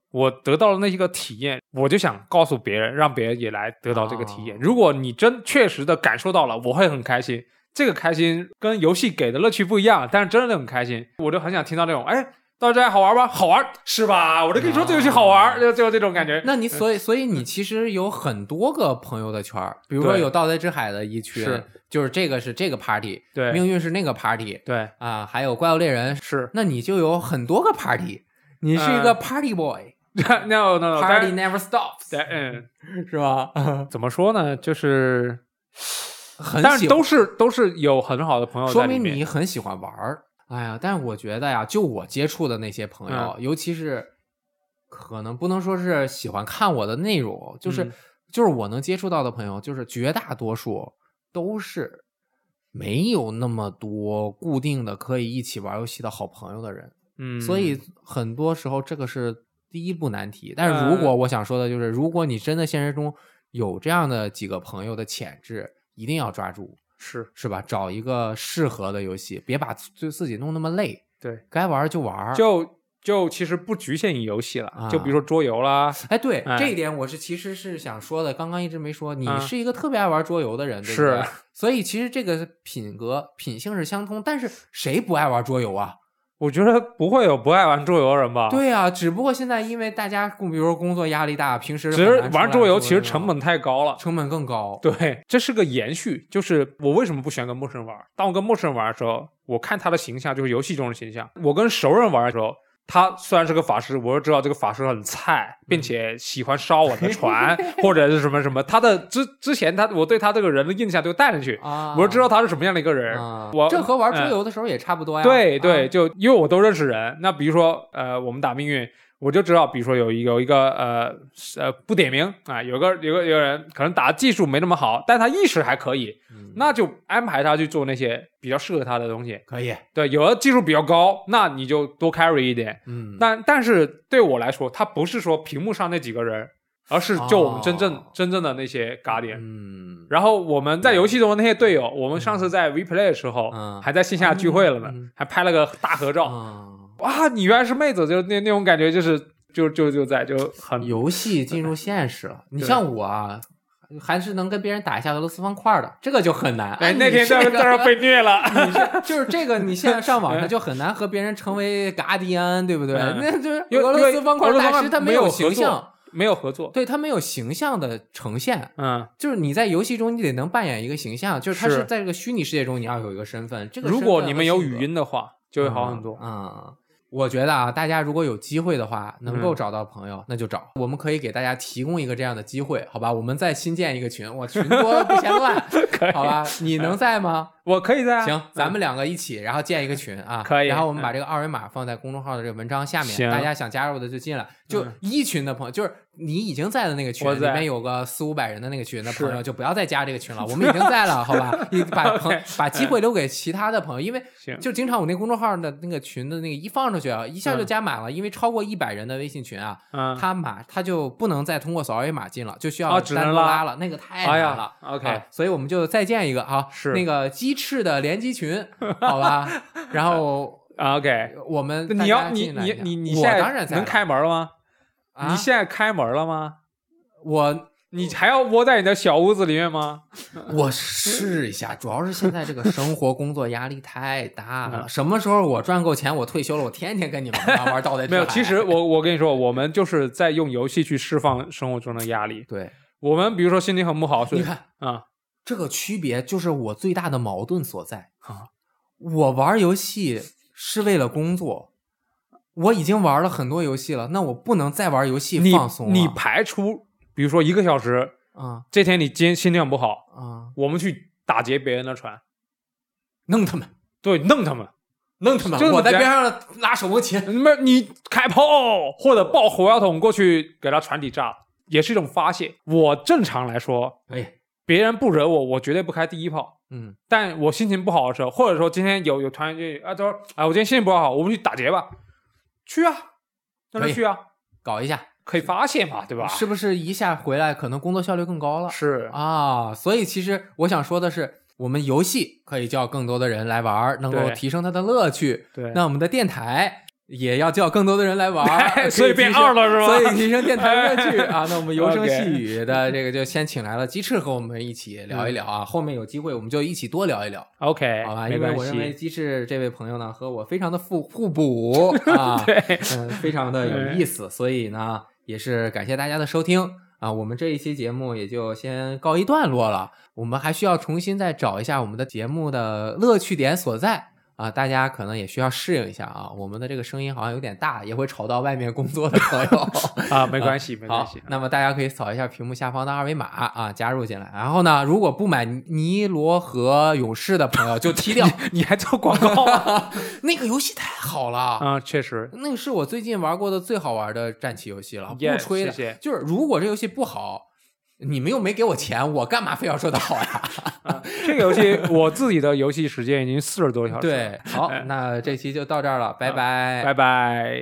S2: 我得到了那一个体验，我就想告诉别人，让别人也来得到这个体验。
S1: 哦
S2: 如果你真确实的感受到了，我会很开心。这个开心跟游戏给的乐趣不一样，但是真的很开心。我就很想听到那种，哎，到这还好玩吧？好玩是吧？我就跟你说
S1: 哦
S2: 这游戏好玩，就就这种 感觉。
S1: 那你所以所以你其实有很多个朋友的圈儿，比如说
S2: 呃对
S1: 有《盗贼之海》的一群，
S2: 是
S1: 就是这个是这个 party，
S2: 对
S1: 命运是那个 party
S2: 对，
S1: 啊，还有怪物猎人，
S2: 是。
S1: 那你就有很多个 party，你是一个 party boy，party、
S2: 那那那呃但是
S1: never stops，
S2: 但嗯，
S1: 是吧？
S2: 怎么说呢？就是，
S1: 很
S2: 但
S1: 喜
S2: 是
S1: 欢
S2: 都是都是有很好的朋友在
S1: 说
S2: 里
S1: 明
S2: 面
S1: 你很喜欢玩儿。哎呀，但是我觉得呀，就我接触的那些朋友，
S2: 嗯
S1: 尤其是可能不能说是喜欢看我的内容，就是、
S2: 嗯
S1: 就是我能接触到的朋友，就是绝大多数都是没有那么多固定的可以一起玩游戏的好朋友的人，
S2: 嗯，
S1: 所以很多时候这个是第一步难题。但是如
S2: 嗯
S1: 果我想说的就是，如果你真的现实中有这样的几个朋友的潜质，一定要抓住。
S2: 是
S1: 是吧？找一个适合的游戏，别把自就自己弄那么累，
S2: 对。
S1: 该玩儿就玩儿。
S2: 就就其实不局限于游戏了，
S1: 啊
S2: 就比如说桌游啦，
S1: 哎，对、
S2: 哎
S1: 这一点，我是其实是想说的，刚刚一直没说。你
S2: 啊
S1: 是一个特别爱玩桌游的人，对不
S2: 是
S1: 对？所以其实这个品格品性是相通，但是谁不爱玩桌游啊？
S2: 我觉得不会有不爱玩桌游的人吧？，
S1: 对啊，只不过现在因为大家，比如说工作压力大，平时
S2: 只
S1: 很
S2: 是
S1: 难出来
S2: 玩桌游其实
S1: 了
S2: 成本太高了。
S1: 成本更高。
S2: 对，这是个延续，就是我为什么不喜欢跟陌生人玩？当我跟陌生人玩的时候，我看他的形象就是游戏中的形象；我跟熟人玩的时候，他虽然是个法师，我就知道这个法师很菜，
S1: 嗯
S2: 并且喜欢烧我 的船或者是什么什么。他的之之前他我对他这个人的印象就带上去，
S1: 啊，
S2: 我就知道他是什么样的一个人。
S1: 啊，
S2: 我
S1: 这和玩桌
S2: 嗯
S1: 游的时候也差不多呀。
S2: 对对，
S1: 啊，
S2: 就因为我都认识人，那比如说呃，我们打命运，我就知道，比如说有一有一个呃呃不点名啊、有个有个有个人可能打技术没那么好，但他意识还可以，
S1: 嗯
S2: 那就安排他去做那些比较适合他的东西。
S1: 可以，
S2: 对，有的技术比较高，那你就多 carry 一点。
S1: 嗯，
S2: 但但是对我来说，他不是说屏幕上那几个人，而是就我们真正、
S1: 哦
S2: 真正的那些 guardian。
S1: 嗯，
S2: 然后我们在游戏中的那些队友，我们上次在 WePlay 的时候，
S1: 嗯
S2: 还在线下聚会了呢，
S1: 嗯嗯
S2: 还拍了个大合照。
S1: 啊
S2: 啊，你原来是妹子，就那那种感觉，就是就就就在就很
S1: 游 戏进入现实了。你像我啊，还是能跟别人打一下俄罗斯方块的，这个就很难。
S2: 哎，
S1: 啊你
S2: 那天
S1: 是
S2: 在
S1: 个
S2: 在那被虐了，
S1: 你是就是这个，你现在上 网上就很难和别人成为嘎迪安，对不对？
S2: 嗯
S1: 那就是
S2: 因为
S1: 俄罗斯方块
S2: 因为俄罗
S1: 大
S2: 斯方块
S1: 师，他
S2: 没有
S1: 有
S2: 合
S1: 形
S2: 作
S1: 象，
S2: 没有合作，
S1: 对他没有形象的呈现。
S2: 嗯，
S1: 就是你在游戏中，你得能扮演一个形象，就是他
S2: 是
S1: 是在这个虚拟世界中，你要有一个身份。这个
S2: 如果你们有语
S1: 音。
S2: 音的话，就会好很多。
S1: 嗯。嗯我觉得啊，大家如果有机会的话，能够
S2: 嗯
S1: 找到朋友，那就找。我们可以给大家提供一个这样的机会，好吧？我们再新建一个群，我群多了不嫌 乱，
S2: 可以
S1: 好吧？你能在吗？
S2: 我可以在啊，
S1: 行，咱们两个一起，然后建一个群啊。
S2: 可以嗯
S1: 然后我们把这个二维码放在公众号的这个文章下
S2: 行嗯
S1: 面，大家想加入的就进来。就一群的朋友，就是你已经在的那个群
S2: 我
S1: 里
S2: 在
S1: 面有个四五百人的那个群的
S2: 是
S1: 朋友，就不要再加这个群了。我们已经在了，好吧？ 你把朋把机会留给其他的朋友，因为
S2: 嗯行
S1: 就经常我那公众号的那个群的那个一放出去啊，一下就加满了，因为超过一百人的微信群啊，
S2: 嗯，
S1: 他马他就不能再通过扫二维码进了，就需
S2: 啊
S1: 要
S2: 只
S1: 单
S2: 能
S1: 独
S2: 拉
S1: 拉了，那个太
S2: 哎
S1: 难
S2: 呀
S1: 了。
S2: ，OK，
S1: 啊，所以我们就再建一个啊，
S2: 是
S1: 那个鸡翅的联机群，好 吧？然后
S2: 啊 OK。
S1: 我们
S2: 那
S1: 大
S2: 你
S1: 家
S2: 要你
S1: 进来
S2: 你
S1: 一下
S2: 你你
S1: 我
S2: 现
S1: 当然
S2: 在
S1: 在
S2: 能
S1: 了
S2: 开门了吗？
S1: 啊
S2: 你，现在开门了吗？
S1: 我
S2: 你还要窝在你的小屋子里面吗？
S1: 我试一下，主要是现在这个生活工作压力太大
S2: 嗯
S1: 了。什么时候我赚够钱，我退休了，我天天跟你们玩 玩倒带
S2: 没有，
S1: 自嗨
S2: 其实我我跟你说，我们就是在用游戏去释放生活中的压力。
S1: 对，
S2: 我们比如说心情很不好，所以
S1: 你看
S2: 啊，
S1: 这个区别就是我最大的矛盾所在
S2: 啊！
S1: 我玩游戏是为了工作，我已经玩了很多游戏了，那我不能再玩游戏
S2: 你
S1: 放松了。
S2: 你排出，比如说一个小时，
S1: 啊
S2: 这天你今天心情很不好，
S1: 啊，
S2: 我们去打劫别人的船，
S1: 弄他们，
S2: 对，弄他们，
S1: 弄他们
S2: 就是！
S1: 我在
S2: 你
S1: 边上拉手风琴，
S2: 没有你开炮或者抱火药桶过去给他船底炸了，也是一种发泄。我正常来说，
S1: 可以，
S2: 别人不惹我，我绝对不开第一
S1: 哎
S2: 炮。
S1: 嗯
S2: 但我心情不好的时候，或者说今天有有团员就啊，他说哎，我今天心情不好，我们去打劫吧，去啊，那
S1: 可
S2: 就
S1: 以
S2: 去啊，
S1: 搞一下，
S2: 可以发泄嘛，对吧？
S1: 是不是一下回来可能工作效率更高了？
S2: 是
S1: 啊，所以其实我想说的是，我们游戏可以叫更多的人来玩儿，能够
S2: 对
S1: 提升它的乐趣。
S2: 对，
S1: 那我们的电台也要叫更多的人来玩 儿，可
S2: 所以变
S1: 提升
S2: 二了是吧
S1: 所以提升电台乐趣
S2: 哎
S1: 啊。那我们有声
S2: OK
S1: 细语的这个就先请来了鸡翅和我们一起聊一聊 啊，后面有机会我们就一起多聊一聊，
S2: OK，
S1: 好吧？
S2: 嗯没
S1: 因为
S2: 关
S1: 我认为
S2: 系。
S1: 鸡翅这位朋友呢和我非常的互互补啊，
S2: 对，
S1: 嗯，非常的有意思，所以呢，也是感谢大家的收听啊。我们这一期节目也就先告一段落了，我们还需要重新再找一下我们的节目的乐趣点所在啊。大家可能也需要适应一下啊，我们的这个声音好像有点大，也会吵到外面工作的朋友。
S2: 啊，没关 系，没关
S1: 好
S2: 系，。
S1: 那么大家可以扫一下屏幕下方的二维码啊，加入进来。然后呢，如果不买尼罗河勇士的朋友就踢 掉，
S2: 你还做广告啊？
S1: 那个游戏太好了
S2: 啊，确实，
S1: 那个是我最近玩过的最好玩的战棋游戏了，
S2: Yes，
S1: 不吹的。
S2: 谢谢
S1: 就是如果这游戏不好，你们又没给我钱，我干嘛非要说它好呀？
S2: 这个游戏我自己的游戏时间已经四十多个小时了，
S1: 哎对，好，那这期就到这儿了，拜拜，
S2: 拜拜。